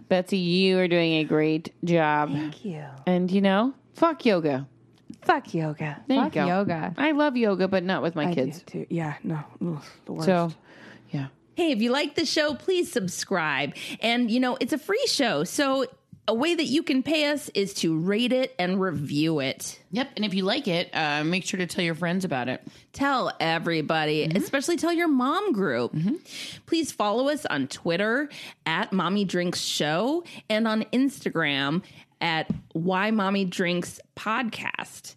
[SPEAKER 3] Betsy, you are doing a great job.
[SPEAKER 2] Thank you.
[SPEAKER 3] And you know, fuck yoga.
[SPEAKER 2] Fuck yoga.
[SPEAKER 3] There
[SPEAKER 4] Fuck
[SPEAKER 3] you go.
[SPEAKER 4] yoga.
[SPEAKER 3] I love yoga, but not with my kids.
[SPEAKER 2] too. Yeah, no. Ugh, the worst.
[SPEAKER 3] So, yeah.
[SPEAKER 2] Hey, if you like the show, please subscribe. And you know, it's a free show, so a way that you can pay us is to rate it and review it.
[SPEAKER 3] Yep. And if you like it, uh, make sure to tell your friends about it.
[SPEAKER 2] Tell everybody, especially tell your mom group. Please follow us on Twitter at Mommy Drinks Show and on Instagram at Why Mommy Drinks Podcast.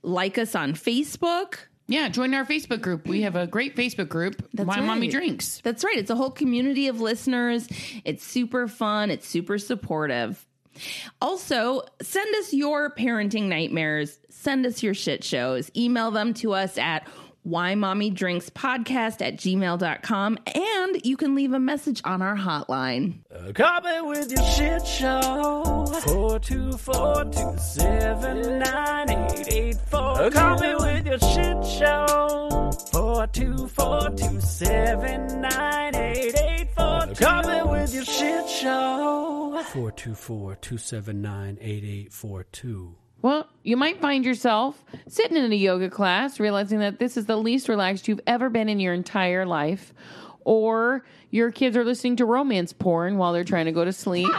[SPEAKER 2] Like us on Facebook.
[SPEAKER 3] Yeah, join our Facebook group. We have a great Facebook group. Why
[SPEAKER 2] right.
[SPEAKER 3] Mommy Drinks.
[SPEAKER 2] That's right. It's a whole community of listeners. It's super fun. It's super supportive. Also, send us your parenting nightmares. Send us your shit shows. Email them to us at why mommy drinks podcast at gmail.com and you can leave a message on our hotline.
[SPEAKER 5] Copy with your shit show. 424279884. Copy with your shit show. 424279884. Copy with your shit show. 424279884.
[SPEAKER 3] Well, you might find yourself sitting in a yoga class realizing that this is the least relaxed you've ever been in your entire life. Or your kids are listening to romance porn while they're trying to go to sleep. or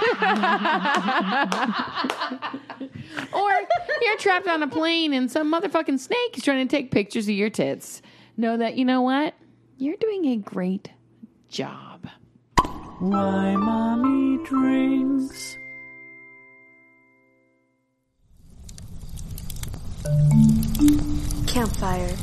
[SPEAKER 3] you're trapped on a plane and some motherfucking snake is trying to take pictures of your tits. Know that, you know what? You're doing a great job.
[SPEAKER 5] Why mommy drinks.
[SPEAKER 6] Campfire.